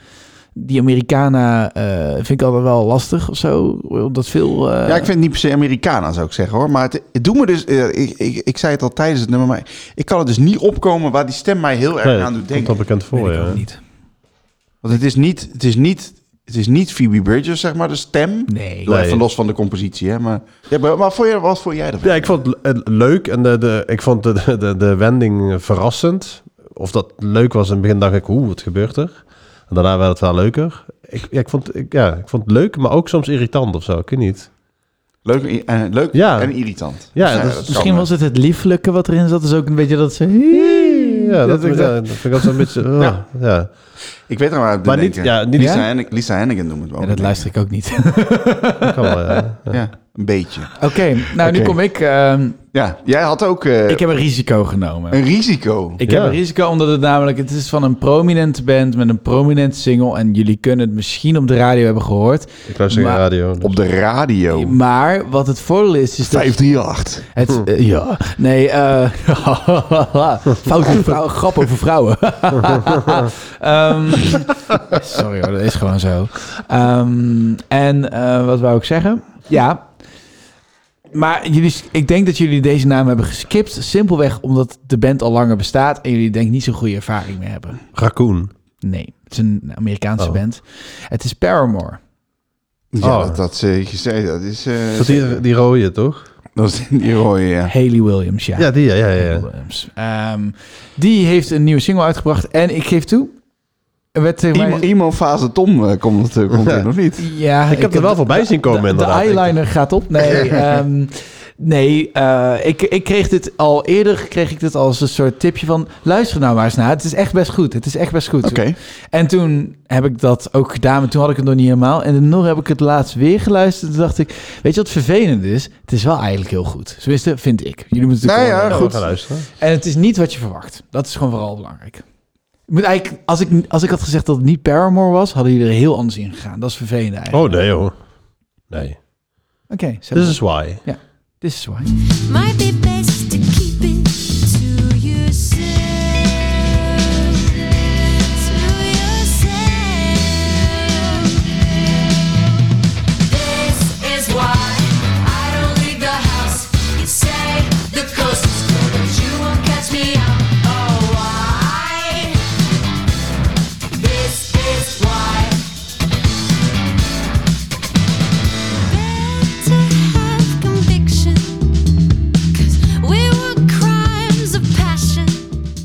C: Die Americana eh, vind ik altijd wel lastig of zo. Omdat veel... eh,
B: Ja, ik vind het niet per se Americana, zou ik zeggen hoor. Maar het, het doet me dus, eh, ik, ik, ik zei het al tijdens het nummer, maar ik kan het dus niet opkomen waar die stem mij heel erg
D: Nee,
B: aan doet
D: dat komt
B: denken.
D: al bekend voor,
C: weet ik ook
D: ja.
C: niet.
B: Want het is niet, het is niet, het is niet Phoebe Bridgers, zeg maar, de stem.
C: Nee.
B: Doe
D: Nee.
B: Even los van de compositie, hè. Maar, ja, maar wat vond jij- wat vond jij ervan?
D: Ja, ik vond het le- het leuk en de, de, ik vond de, de, de wending verrassend. Of dat leuk was in het begin, dacht ik, hoe, wat gebeurt er? En daarna werd het wel leuker. Ik, ja, ik, vond, ik, ja, ik vond het leuk, maar ook soms irritant of zo. Ik weet niet.
B: Leuk, en- eh, leuk
D: Ja.
B: en irritant.
D: Ja, dat is-
B: kan,
C: Misschien
B: eh.
C: was het het lieflijke wat erin zat. Dus ook een beetje dat ze...
D: Ja, dat,
C: ik
D: ja,
C: dacht-
D: dat vind ik altijd een beetje... oh,
B: Ja.
D: ja.
B: Ik weet er maar aan te
D: Maar niet-
B: denken.
D: ja, niet-
B: Lisa,
C: Ja?
B: Hennig- Lisa Hennigan noemt het wel.
C: Ja, dat luister ik ook niet.
D: dat kan wel, ja.
B: Ja, een beetje.
C: Oké, nou nu
B: Oké.
C: kom ik. Ehm,
B: Ja, jij had ook eh,
C: ik heb een risico genomen.
B: een risico.
C: Ik
D: Ja.
C: heb een risico omdat het namelijk... Het is van een prominente band met een prominente single. En jullie kunnen het misschien op de radio hebben gehoord.
D: Ik luister geen
C: Maar-
D: radio. dus-
B: Op de radio.
C: Maar wat het voordeel is... is dat
B: 538.
C: het, eh, ja, nee. eh fout over vrouwen, grap over vrouwen. Ehm, sorry hoor, dat is gewoon zo. Ehm, en eh, wat wou ik zeggen? Ja. Maar jullie, ik denk dat jullie deze naam hebben geskipt. Simpelweg omdat de band al langer bestaat. En jullie denk ik niet zo'n goede ervaring meer hebben.
D: Raccoon.
C: Nee, het is een Amerikaanse
D: Oh.
C: band. Het is Paramore.
B: Ja,
D: Oh.
B: dat, dat, eh, je zei, dat is... eh,
D: Dat is die, die rode, toch?
B: dat is die rode, ja.
C: Haley Williams, ja.
D: Ja, die, ja, ja, ja.
C: Hayley Williams. Ehm, die heeft een nieuwe single uitgebracht. En ik geef toe... er Werd tegen mij-
B: Imo, imo fase Tom eh, komt, eh, komt er nog niet.
C: Ja, ik,
D: heb er wel voorbij zien komen,
C: de,
D: inderdaad.
C: De eyeliner gaat op. Nee, ehm, nee eh, ik, ik kreeg dit al eerder kreeg ik dit als een soort tipje van... luister nou maar eens naar. Het is echt best goed. Het is echt best goed.
B: Oké.
C: En toen heb ik dat ook gedaan, maar toen had ik het nog niet helemaal. En nog heb ik het laatst weer geluisterd. Toen dacht ik, weet je wat vervelend is? Het is wel eigenlijk heel goed. Tenminste, vind ik. Jullie moeten
B: Nou ja,
C: natuurlijk allemaal-
B: goed.
D: Gaan luisteren.
C: En het is niet wat je verwacht. Dat is gewoon vooral belangrijk. Ik Moet eigenlijk, als, ik, als ik had gezegd dat het niet Paramore was, hadden jullie er heel anders in gegaan. Dat is vervelend eigenlijk.
D: Oh, Dus- nee, hoor. Nee.
C: Oké,
D: This
C: this,
D: is why.
C: this is why.
G: Might be best to keep it to yourself. To yourself. This is why I don't leave the house. You say the coast is clear, but you won't catch me out. Oh, why?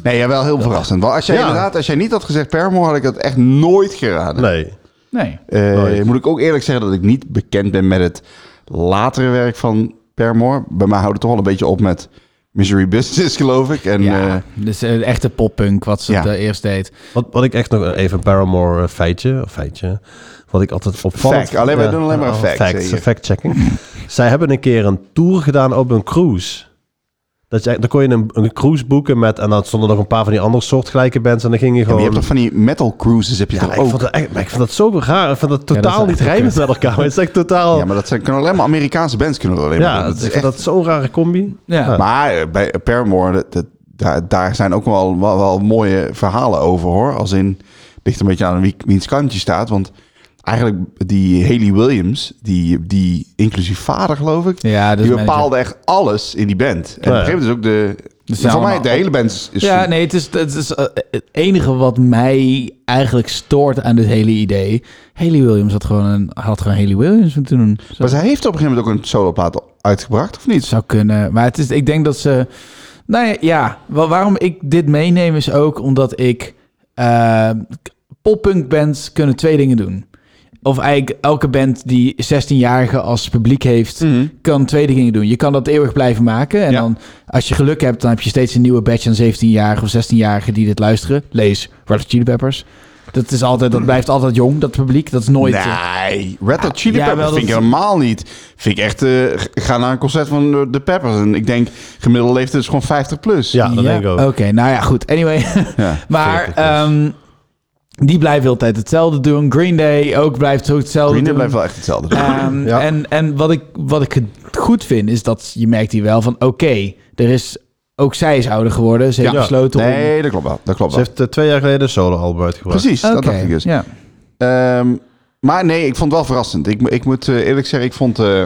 B: Nee, ja, wel heel verrassend. Want als jij
D: Ja.
B: inderdaad, als jij niet had gezegd Paramore, had ik dat echt nooit geraden.
D: Nee.
C: Nee.
B: Eh,
D: Nooit.
B: moet ik ook eerlijk zeggen dat ik niet bekend ben met het latere werk van Paramore. Bij mij houdt het toch wel een beetje op met Misery Business, geloof ik. En,
C: ja,
B: eh,
C: dus eh, echte poppunk wat ze
B: Ja.
C: daar eerst deed.
D: Wat, wat ik echt nog even een Paramore eh, feitje, of feitje, wat ik altijd opvallend...
B: Fact. Alleen, wij doen alleen maar een
D: oh,
B: fact,
D: Facts,
B: zie je.
D: fact-checking. Zij hebben een keer een tour gedaan op een cruise. Dat je, dan kon je een, een cruise boeken met, en dan stonden nog een paar van die andere soortgelijke bands en dan ging je
B: maar
D: gewoon...
B: je hebt toch van die metal cruises, heb je
D: ja,
B: toch
D: ik
B: ook?
D: vond, dat, echt- maar ik vond dat zo raar. Ik vond dat
C: is
D: totaal niet
C: echt
D: rijmend
C: kut.
D: met elkaar. Het is echt totaal...
C: Oh.
B: Ja, maar dat zijn, kunnen alleen maar Amerikaanse bands kunnen er alleen maar doen. Dat
D: dat, ik
B: is
D: vind
B: echt-
D: dat zo'n rare combi.
C: Ja.
D: Ja.
B: Maar eh, bij Paramore, dat, dat- daar, daar zijn ook wel, wel, wel mooie verhalen over hoor. Als in, het ligt een beetje aan wie, wiens kant je staat. Want eigenlijk die Haley Williams, die, die inclusief vader geloof ik,
C: Ja, dat is
B: die
C: manager. Dus
B: bepaalde echt alles in die band. En
D: Ja.
B: op een gegeven moment is ook de...
C: zijn
B: voor mij,
C: allemaal
B: de hele band is...
C: Ja, nee, het is, het is eh, het enige wat mij eigenlijk stoort aan dit hele idee. Haley Williams had gewoon, een, had gewoon Haley Williams moeten doen. Zo,
B: Maar zij heeft op een gegeven moment ook een soloplaat uitgebracht, of niet?
C: zou kunnen. Maar het is, ik denk dat ze... Nou ja, ja wa- waarom ik dit meeneem is ook omdat ik... eh poppunk bands kunnen twee dingen doen. Of eigenlijk elke band die 16-jarigen als publiek heeft,
D: Mhm.
C: kan twee dingen doen. Je kan dat eeuwig blijven maken. En
B: Ja.
C: dan, als je geluk hebt, dan heb je steeds een nieuwe batch aan 17-jarigen of 16-jarigen die dit luisteren. Lees Red Hot Chili Peppers. Dat, is altijd, dat blijft altijd jong, dat publiek. Dat is nooit... eh,
B: Nee, Red Hot Chili
C: Ja,
B: Peppers
C: wel,
B: vind ik
C: dat-
B: helemaal niet. Vind ik echt, eh, g- ga naar een concert van eh, de, de Peppers. En ik denk, gemiddelde leeftijd is gewoon 50 plus.
D: Ja, dat denk ik ook.
C: Oké, nou ja, goed. Anyway.
B: Ja.
C: maar ehm, die blijven altijd hetzelfde doen. Green Day ook blijft ook hetzelfde
B: Green Day
C: doen.
B: blijft wel echt hetzelfde.
C: Ehm,
D: Ja.
C: En, en wat, ik, wat ik goed vind, is dat je merkt hier wel van... oké, er is... ook zij is ouder geworden. Ze heeft
D: Ja.
C: besloten om...
B: nee, dat klopt wel. Dat klopt
D: Ze
B: wel.
D: heeft eh, twee jaar geleden een solo-album uitgebracht.
B: Precies, dat
C: Oké,
B: dacht ik dus.
C: Ja.
B: Ehm, maar nee, ik vond het wel verrassend. Ik, mo- ik moet eh, eerlijk zeggen, ik vond, eh,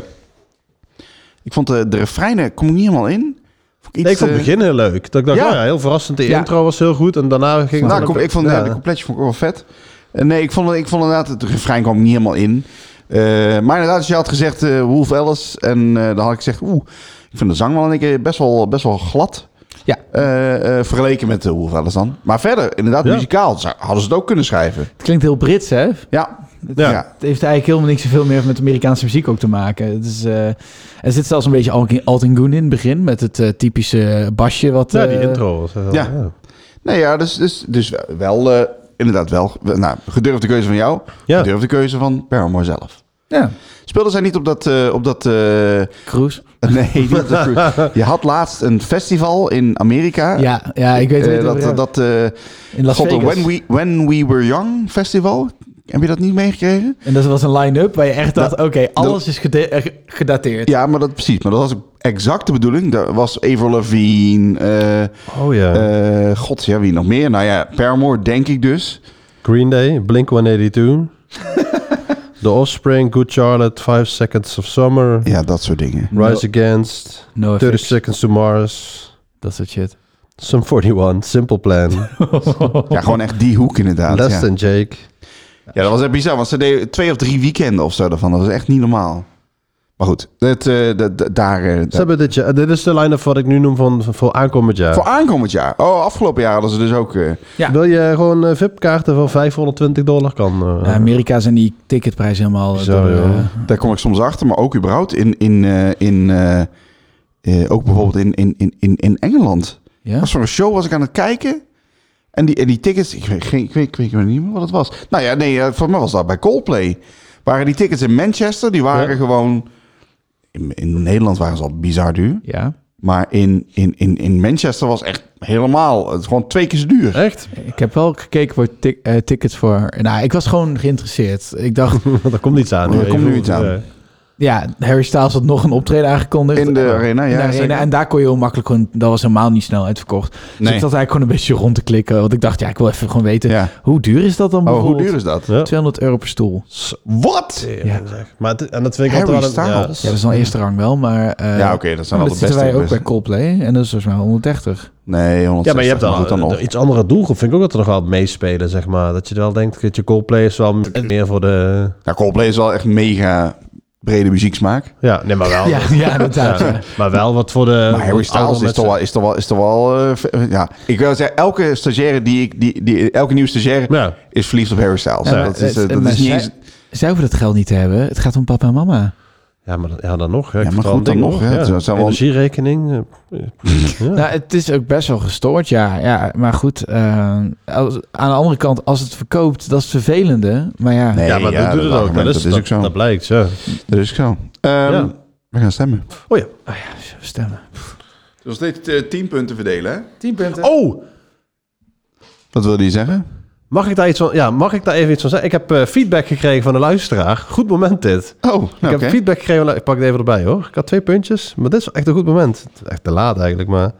B: ik vond eh, de refreinen, kom ik niet helemaal in. Vond
D: Nee, ik vond het
B: eh,
D: begin heel leuk. Dat ik dacht, oh
B: Ja.
D: ja, ja heel verrassend. De
C: Ja.
D: intro was heel goed en daarna ging het
B: nou,
D: dan
B: kom,
D: ook-
B: ik vond
D: ja.
B: ja, de completje vond ik wel vet. Eh, nee, ik vond, ik vond inderdaad, het refrein kwam niet helemaal in. Eh, maar inderdaad, als je had gezegd eh, Wolf Alice, en eh, dan had ik gezegd, oeh, ik vind de zang wel een keer best wel, best wel glad.
C: Ja.
B: Eh, eh, vergeleken met de Wolf Alice dan. Maar verder, inderdaad,
D: Ja.
B: muzikaal zou- hadden ze het ook kunnen schrijven.
C: Het klinkt heel Brits, hè?
B: Ja.
D: Ja.
C: Het heeft eigenlijk helemaal niks zoveel meer met Amerikaanse muziek ook te maken. Het is, eh, er zit zelfs een beetje Alkin- Alton Goon in het begin... met het eh, typische basje wat...
D: Ja, die
C: eh,
D: intro was heel-
B: ja.
D: ja.
B: Nee, ja, dus, dus, dus wel, eh, inderdaad wel. Nou, gedurfde keuze van jou.
D: Ja.
B: Gedurfde keuze van Paramore zelf.
C: Ja,
B: Speelden zij niet op dat... eh, op dat eh,
C: Cruise.
B: nee, niet op dat cruise. Je had laatst een festival in Amerika.
C: Ja, ja, ik weet
B: Eh,
C: het
B: dat,
C: wel.
B: dat, eh,
C: In Las
B: God,
C: Vegas.
B: When we, When we Were Young festival. Heb je dat niet meegekregen?
C: En dat was een line-up waar je echt dacht... oké, alles
B: dat-
C: is gede- eh, gedateerd.
B: Nou, Ja, maar dat precies. Maar dat was exact de bedoeling. Dat was Avril Lavigne. eh,
D: Oh ja.
B: eh, God, ja, wie nog meer? Nou ja, Paramore denk ik dus.
D: Green Day, Blink-182. The Offspring, Good Charlotte, Five Seconds of Summer.
B: Ja, dat soort dingen.
D: Rise Against,
C: No effects.
B: Dus-
D: 30 Seconds to Mars.
C: Dat soort shit.
D: Sum 41, Simple Plan,
B: Ja, gewoon echt die hoek inderdaad.
D: Less
B: ja.
D: Than Jake.
B: Ja, dat was echt bizar, want ze deden twee of drie weekenden of zo daarvan. Dat was echt niet normaal. Maar goed, dat, eh, dat, dat- daar... eh, dat-
D: Ze hebben dit jaar, dit is de line-up wat ik nu noem van, van- voor aankomend jaar.
B: Voor aankomend jaar. Oh, afgelopen jaar hadden ze dus ook... eh,
C: Ja.
D: Wil je gewoon eh, VIP-kaarten van 520 dollar kan? eh,
C: Ja, Amerika zijn die ticketprijzen helemaal... eh,
D: Bizar,
C: door, eh,
D: joh.
B: daar kom ik soms achter, maar ook überhaupt in... in, eh, in eh, eh, ook bijvoorbeeld in, in, in, in, in Engeland.
C: ja?
B: Was voor een show was ik aan het kijken. En die, en die tickets... Ik weet, geen, ik, weet, ik weet niet meer wat het was. Nou ja, nee, eh, voor mij was dat bij Coldplay. Waren die tickets in Manchester, die waren
D: Ja.
B: gewoon... In, in Nederland waren ze al bizar duur.
C: Ja.
B: Maar in, in, in, in Manchester was echt helemaal... Het is gewoon twee keer zo duur.
D: Echt?
C: Ik heb wel gekeken voor tik- eh, tickets voor... Nou, ik was gewoon geïnteresseerd. Ik dacht,
D: Want er komt iets aan.
B: Er komt nu iets aan.
D: Ja.
C: ja, Harry Styles had nog een optreden aangekondigd. Eh,
B: In de arena, ja,
C: In de arena.
B: zeker.
C: En daar kon je heel makkelijk gewoon... Dat was helemaal niet snel uitverkocht. Dus
B: Nee.
C: ik zat eigenlijk gewoon een beetje rond te klikken. Want ik dacht, ja, ik wil even gewoon weten...
B: Ja.
C: Hoe duur is dat dan
B: Oh,
C: bijvoorbeeld?
B: hoe duur is dat?
D: Ja.
C: 200 euro per stoel.
B: Wat?
D: Ja. Maar het- en dat vind ik
B: Harry
D: altijd wel... een- Ja,
B: Styles.
C: Ja, dat is dan eerste rang wel, maar... eh,
B: Ja, oké, dat zijn
C: maar
B: wel de beste
C: zitten wij ook
B: beste.
C: bij Coldplay. En dat is volgens mij 130.
B: Nee, 160.
D: Ja, maar je hebt eh,
B: goed
D: dan,
B: dan nog.
D: iets andere doelgroep. Vind ik ook dat er nog wel meespelen, zeg maar. Dat je wel denkt, dat je Coldplay is wel meer voor de...
B: Ja, Coldplay is wel echt mega brede muzieksmaak.
D: Ja, nee, maar
B: Oh.
D: wel.
C: Ja, ja, inderdaad.
D: Ja,
C: ja.
D: Maar wel wat voor de...
B: Maar Harry Styles is toch wel, is toch wel, is toch wel eh, v- ja. Ik wil zeggen, elke stagiaire die ik, die, die, elke nieuwe stagiaire
D: Ja.
B: is verliefd op Harry Styles.
C: Ja,
B: dat is, eh,
C: het-
B: dat
C: maar
B: is niet
C: zij-
B: eens,
C: Zij hoeven dat geld niet te hebben. Het gaat om papa en mama.
D: Ja, maar dan, ja, dan nog. Hè.
B: Ja,
D: Ik
B: maar
D: vertrouw
B: goed,
D: het
B: dan
D: ding
B: nog,
D: hoor.
B: hè. Het zou wel-
D: Energierekening. eh, Ja.
C: Nou, het is ook best wel gestoord, ja. ja maar goed, eh, als- aan de andere kant, als het verkoopt, dat is het vervelende. Maar ja,
B: Nee,
D: ja, maar
B: ja,
D: dat doet
B: dat
D: het ook.
B: argument,
D: Dat is, dat,
B: ook zo.
D: dat blijkt, zo.
B: dat is zo. Ehm, We gaan stemmen.
D: Oh ja.
C: stemmen.
B: Dus dit uh, tien punten verdelen, hè?
C: 10 punten.
D: Oh,
B: Wat wilde je zeggen?
D: mag ik daar, iets van, ja, mag ik daar even iets van zeggen? Ik heb eh, feedback gekregen van een luisteraar. Goed moment dit.
B: Oh, nou,
D: Ik
B: oké.
D: heb feedback gekregen. van- Ik pak het even erbij hoor. Ik had twee puntjes, maar dit is echt een goed moment. Het is Echt te laat eigenlijk, maar...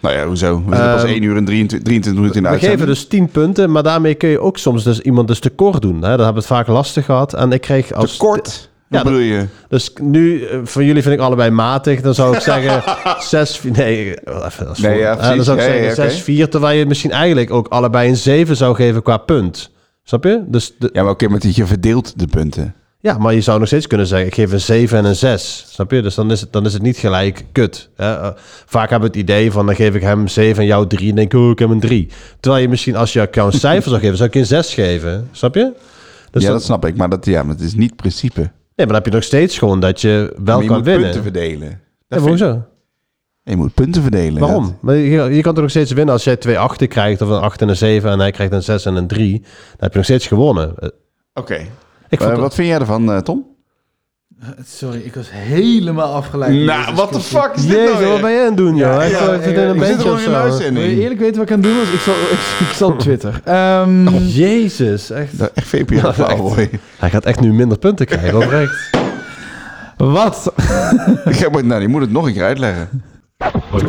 B: Nou ja, hoezo? We zitten pas
D: Ehm,
B: 1 uur en 23, 23 minuten in de
D: We geven
B: uitzending.
D: dus 10 punten, maar daarmee kun je ook soms dus iemand dus tekort doen. Hè? Daar hebben we het vaak lastig gehad. En ik kreeg als...
B: Tekort?
D: Ja,
B: Wat bedoel je?
D: Dus nu, eh, van jullie vind ik allebei matig. Dan zou ik zeggen 6... Nee, wel even als
B: Nee,
D: voor-
B: ja,
D: eh, Dan
B: precies.
D: zou ik
B: Ja, ja,
D: zeggen
B: oké.
D: 6, 4. Terwijl je misschien eigenlijk ook allebei een 7 zou geven qua punt. Snap je? Dus de-
B: Ja, maar oké, maar je verdeelt de punten.
D: ja, maar je zou nog steeds kunnen zeggen... ik geef een 7 en een 6. Snap je? Dus dan is het, dan is het niet gelijk kut. Hè? Eh, vaak hebben we het idee van... dan geef ik hem 7 en jou 3. En denk ik, oh, ik heb een 3. Terwijl je misschien als je jou een cijfer zou geven... zou ik je een 6 geven. Snap je? Dus
B: ja,
D: dan-
B: dat snap ik, maar dat, ja, maar het is niet principe. Maar
D: Nee, maar dan heb je nog steeds gewoon dat je wel
B: je
D: kan
B: moet
D: winnen.
B: punten verdelen.
D: Ja,
B: Dat
D: maar
B: vind-
D: hoezo?
B: Je moet punten verdelen.
D: Waarom? Maar je, je kan toch nog steeds winnen als jij twee achten krijgt, of een 8 en een 7, en hij krijgt een 6 en een 3. Dan heb je nog steeds gewonnen. Eh,
B: Oké.
D: Ik
B: Eh,
D: vond
B: wat vind jij ervan, eh, Tom?
C: Sorry, ik was helemaal afgeleid. Jezus
B: Nou, what the
C: Christus.
B: is nou
D: Jezus, wat ben jij aan het doen, joh? Hij
B: ja,
D: zit in
C: ja,
D: een
C: ik
D: bandje of zo.
C: Wil je eerlijk weten wat ik aan het doen was? Ik zal, ik, zal op Twitter. Ehm,
D: Jezus, echt.
B: Dat- Echt VPN flauwboy.
D: Hij gaat echt nu minder punten krijgen, oprecht.
C: wat?
B: Ik moet- Nou, je moet het nog een keer uitleggen.
D: Ah,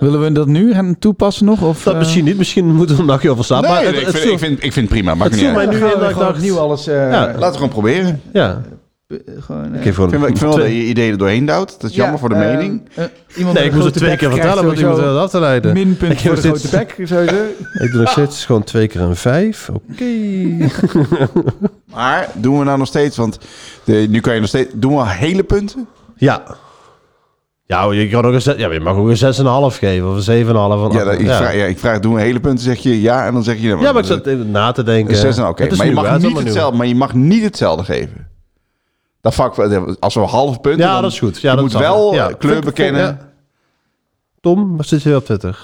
C: Willen we dat nu gaan toepassen nog? Of,
D: Dat
C: eh,
D: misschien niet, misschien moeten we hem nog over slapen. maar
B: Nee,
D: het-
B: ik,
D: het
B: vind,
D: viel-
B: ik, vind, ik vind het prima. Maakt
D: het
B: niet
D: viel mij
B: uit.
D: nu
C: gaan we
D: in dat ik
C: gewoon
D: dacht...
C: opnieuw alles... eh,
D: Ja,
B: Laten we gewoon proberen. Ik
D: Ja,
C: gewoon, eh,
D: ik geef gewoon...
B: vind, wel- ik vind wel dat
D: twee-
B: je ideeën er doorheen duwt. Dat is jammer voor de
C: eh,
B: mening.
C: eh, iemand
D: Nee, ik moest het twee keer vertellen, want
C: want eh,
D: iemand wilde af te leiden.
C: Minpunt
D: Ik heb
C: voor de
D: steeds-
C: grote bek, sowieso.
D: Ik doe nog steeds gewoon twee keer een 5. Oké.
B: Maar doen we nou nog steeds, want de, nu kan je nog steeds... Doen we al hele punten?
D: Ja. Ja, je, kan ook een zes, ja, je mag ook een 6,5 geven of een 7,5. of een
B: Ja, dat- ik,
D: acht.
B: Vraag, ja, ik vraag, doen we hele punten? Zeg je ja en dan zeg je...
D: Ja, maar ik zat even na te denken.
B: Zes en oké.
D: Het is
B: Maar, je
D: nieuw, hè?
B: mag
D: Het is
B: niet
D: allemaal nieuw.
B: hetzelfde- maar je mag niet hetzelfde geven. Dat vak, als we half punten...
D: Ja,
B: dan-
D: dat is goed. Ja,
B: je
D: dat
B: moet
D: zal.
B: wel
D: Ja.
B: eh, kleur
D: Vind ik-
B: bekennen.
D: vind- ja. Tom, wat zit je weer op Twitter?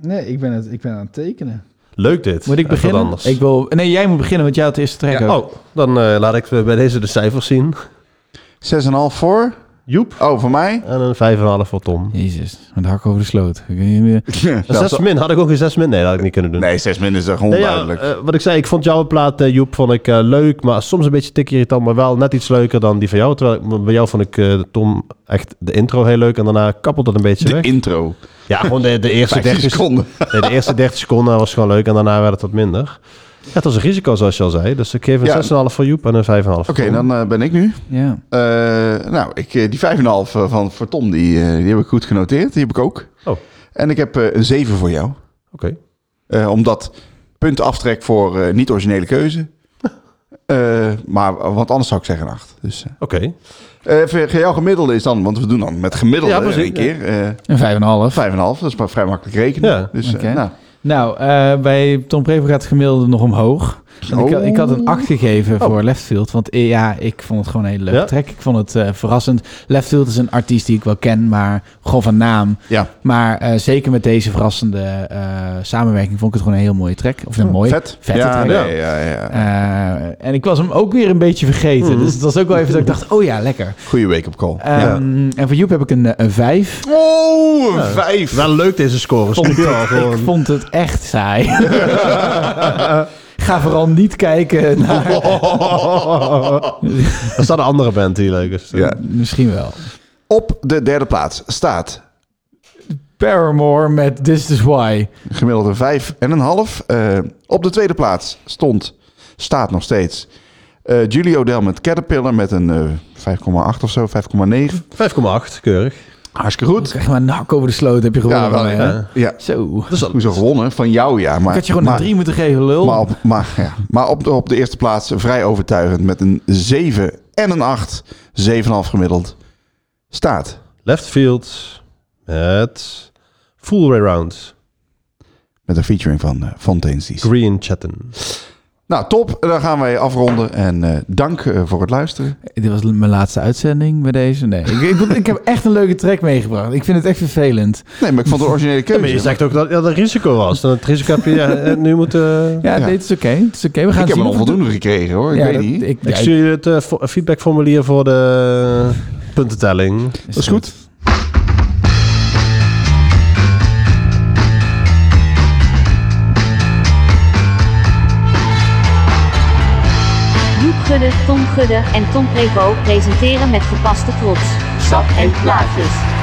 C: Nee, ik ben, het, ik ben aan het tekenen.
D: Leuk dit.
C: Moet ik
D: Even wat
C: beginnen?
D: Anders.
C: Ik wil, nee, jij moet beginnen, want jij had de eerste track ook.
D: Oh, dan eh, laat ik bij deze de cijfers zien.
B: 6,5 voor.
D: Joep.
B: Oh, voor mij?
D: En een 5,5 voor Tom.
C: Jezus, met de hak over de sloot. Ik weet niet meer.
D: Een
B: Zelfs-
D: 6 min. Had ik ook een 6 min? Nee, dat had ik niet kunnen doen.
B: Nee, 6 min is echt
D: Nee, ja,
B: onduidelijk.
D: eh, wat ik zei, ik vond jouw plaat, eh, Joep, vond ik eh, leuk, maar soms een beetje tikje irritant, maar wel net iets leuker dan die van jou. Terwijl ik- bij jou vond ik eh, Tom echt de intro heel leuk en daarna kappelde het een beetje
B: de
D: weg.
B: intro.
D: Ja, gewoon de, de, eerste
B: 15
D: 30,
B: seconden.
D: nee, de eerste 30 seconden was gewoon leuk en daarna werd het wat minder. Ja, het was een risico, zoals je al zei. Dus ik geef een
B: Ja.
D: 6,5 voor Joep en een 5,5 voor
B: Oké,
D: Tom.
B: dan eh, ben ik nu.
C: Ja.
B: Eh, nou, ik, eh, die 5,5 van voor Tom, die, eh, die heb ik goed genoteerd. Die heb ik ook.
D: Oh.
B: En ik heb eh, een 7 voor jou.
D: Oké.
B: Eh, omdat punt aftrek voor eh, niet-originele keuze. Eh, maar, want anders zou ik zeggen een 8. Dus,
D: Oké.
B: eh eh, voor jouw gemiddelde is dan, want we doen dan met gemiddelde
D: Ja,
B: ja,
D: precies,
B: één keer. eh,
C: Een vijf en een half.
B: 5,5, dat is maar vrij makkelijk rekenen.
D: Ja.
B: Dus, eh,
C: Oké.
B: nou,
C: Nou, eh, bij Tom Prevo gaat het gemiddelde nog omhoog. Want Ik, had- ik had een 8 gegeven voor Leftfield. Want eh, ja, ik vond het gewoon een hele leuke
D: Ja.
C: track. Ik vond het eh, verrassend. Leftfield is een artiest die ik wel ken, maar gewoon van naam.
B: ja,
C: Maar eh, zeker met deze verrassende eh, samenwerking vond ik het gewoon een heel mooie track. Of een mooie.
B: Hm, vet.
C: Vette
B: ja,
C: track.
B: nee, ja, ja.
C: Eh, en ik was hem ook weer een beetje vergeten.
B: Hm.
C: Dus het was ook wel even dat ik dacht, oh ja, lekker.
B: Goeie wake-up call.
C: Ehm, En voor Joep heb ik een, eh, een 5.
B: Oh, een 5.
D: Wel leuk deze scores. nu al
C: Ik
D: gewoon.
C: vond het echt saai. Ga vooral niet kijken naar...
D: Er staat een andere band die leuk is.
B: Ja.
C: Misschien wel.
B: Op de derde plaats staat
C: Paramore met This Is Why.
B: gemiddeld een vijf en een half. Eh, op de tweede plaats stond, staat nog steeds, eh Julio Del met Caterpillar met een eh, 5,8 of zo, 5,9.
D: 5,8, keurig.
B: Hartstikke goed.
C: Krijg maar een hak over de sloot, heb je gewonnen.
B: Ja, wel,
C: van mij, hè?
B: ja. ja.
C: Zo. Ik
B: Hoezo gewonnen? Van jou, ja. Maar,
C: had je gewoon
B: maar,
C: een drie moeten geven, lul.
B: Maar, op, maar, ja. maar op, de, op de eerste plaats vrij overtuigend met een 7 en een 8. 7,5 gemiddeld. Staat.
D: Left field met full way round.
B: Met een featuring van eh, Fontaine's DC.
D: Green Chatten.
B: Nou, top. Dan gaan wij afronden. En eh, dank eh, voor het luisteren.
C: Dit was mijn laatste uitzending bij deze. Nee, ik, ik, bedoel, ik heb echt een leuke track meegebracht. Ik vind het echt vervelend.
B: Nee, maar ik vond de originele
D: maar je
B: keuze.
D: zegt ook dat dat een risico was. Dat het risico heb je eh, nu moeten...
C: Ja,
B: Ja.
C: dit is oké. Het is oké. We gaan
B: ik heb
C: zien
B: een
C: of het-
B: onvoldoende gekregen hoor. Ik
C: Ja,
B: weet
C: dat-
B: niet.
C: ik-
D: Ik
C: ja,
D: stuur je het eh, vo- feedbackformulier voor de puntentelling.
C: is
B: dat is goed.
A: Joep Gudde, Tom Gudde en Tom Prevo presenteren met gepaste trots. Sap en plaatjes.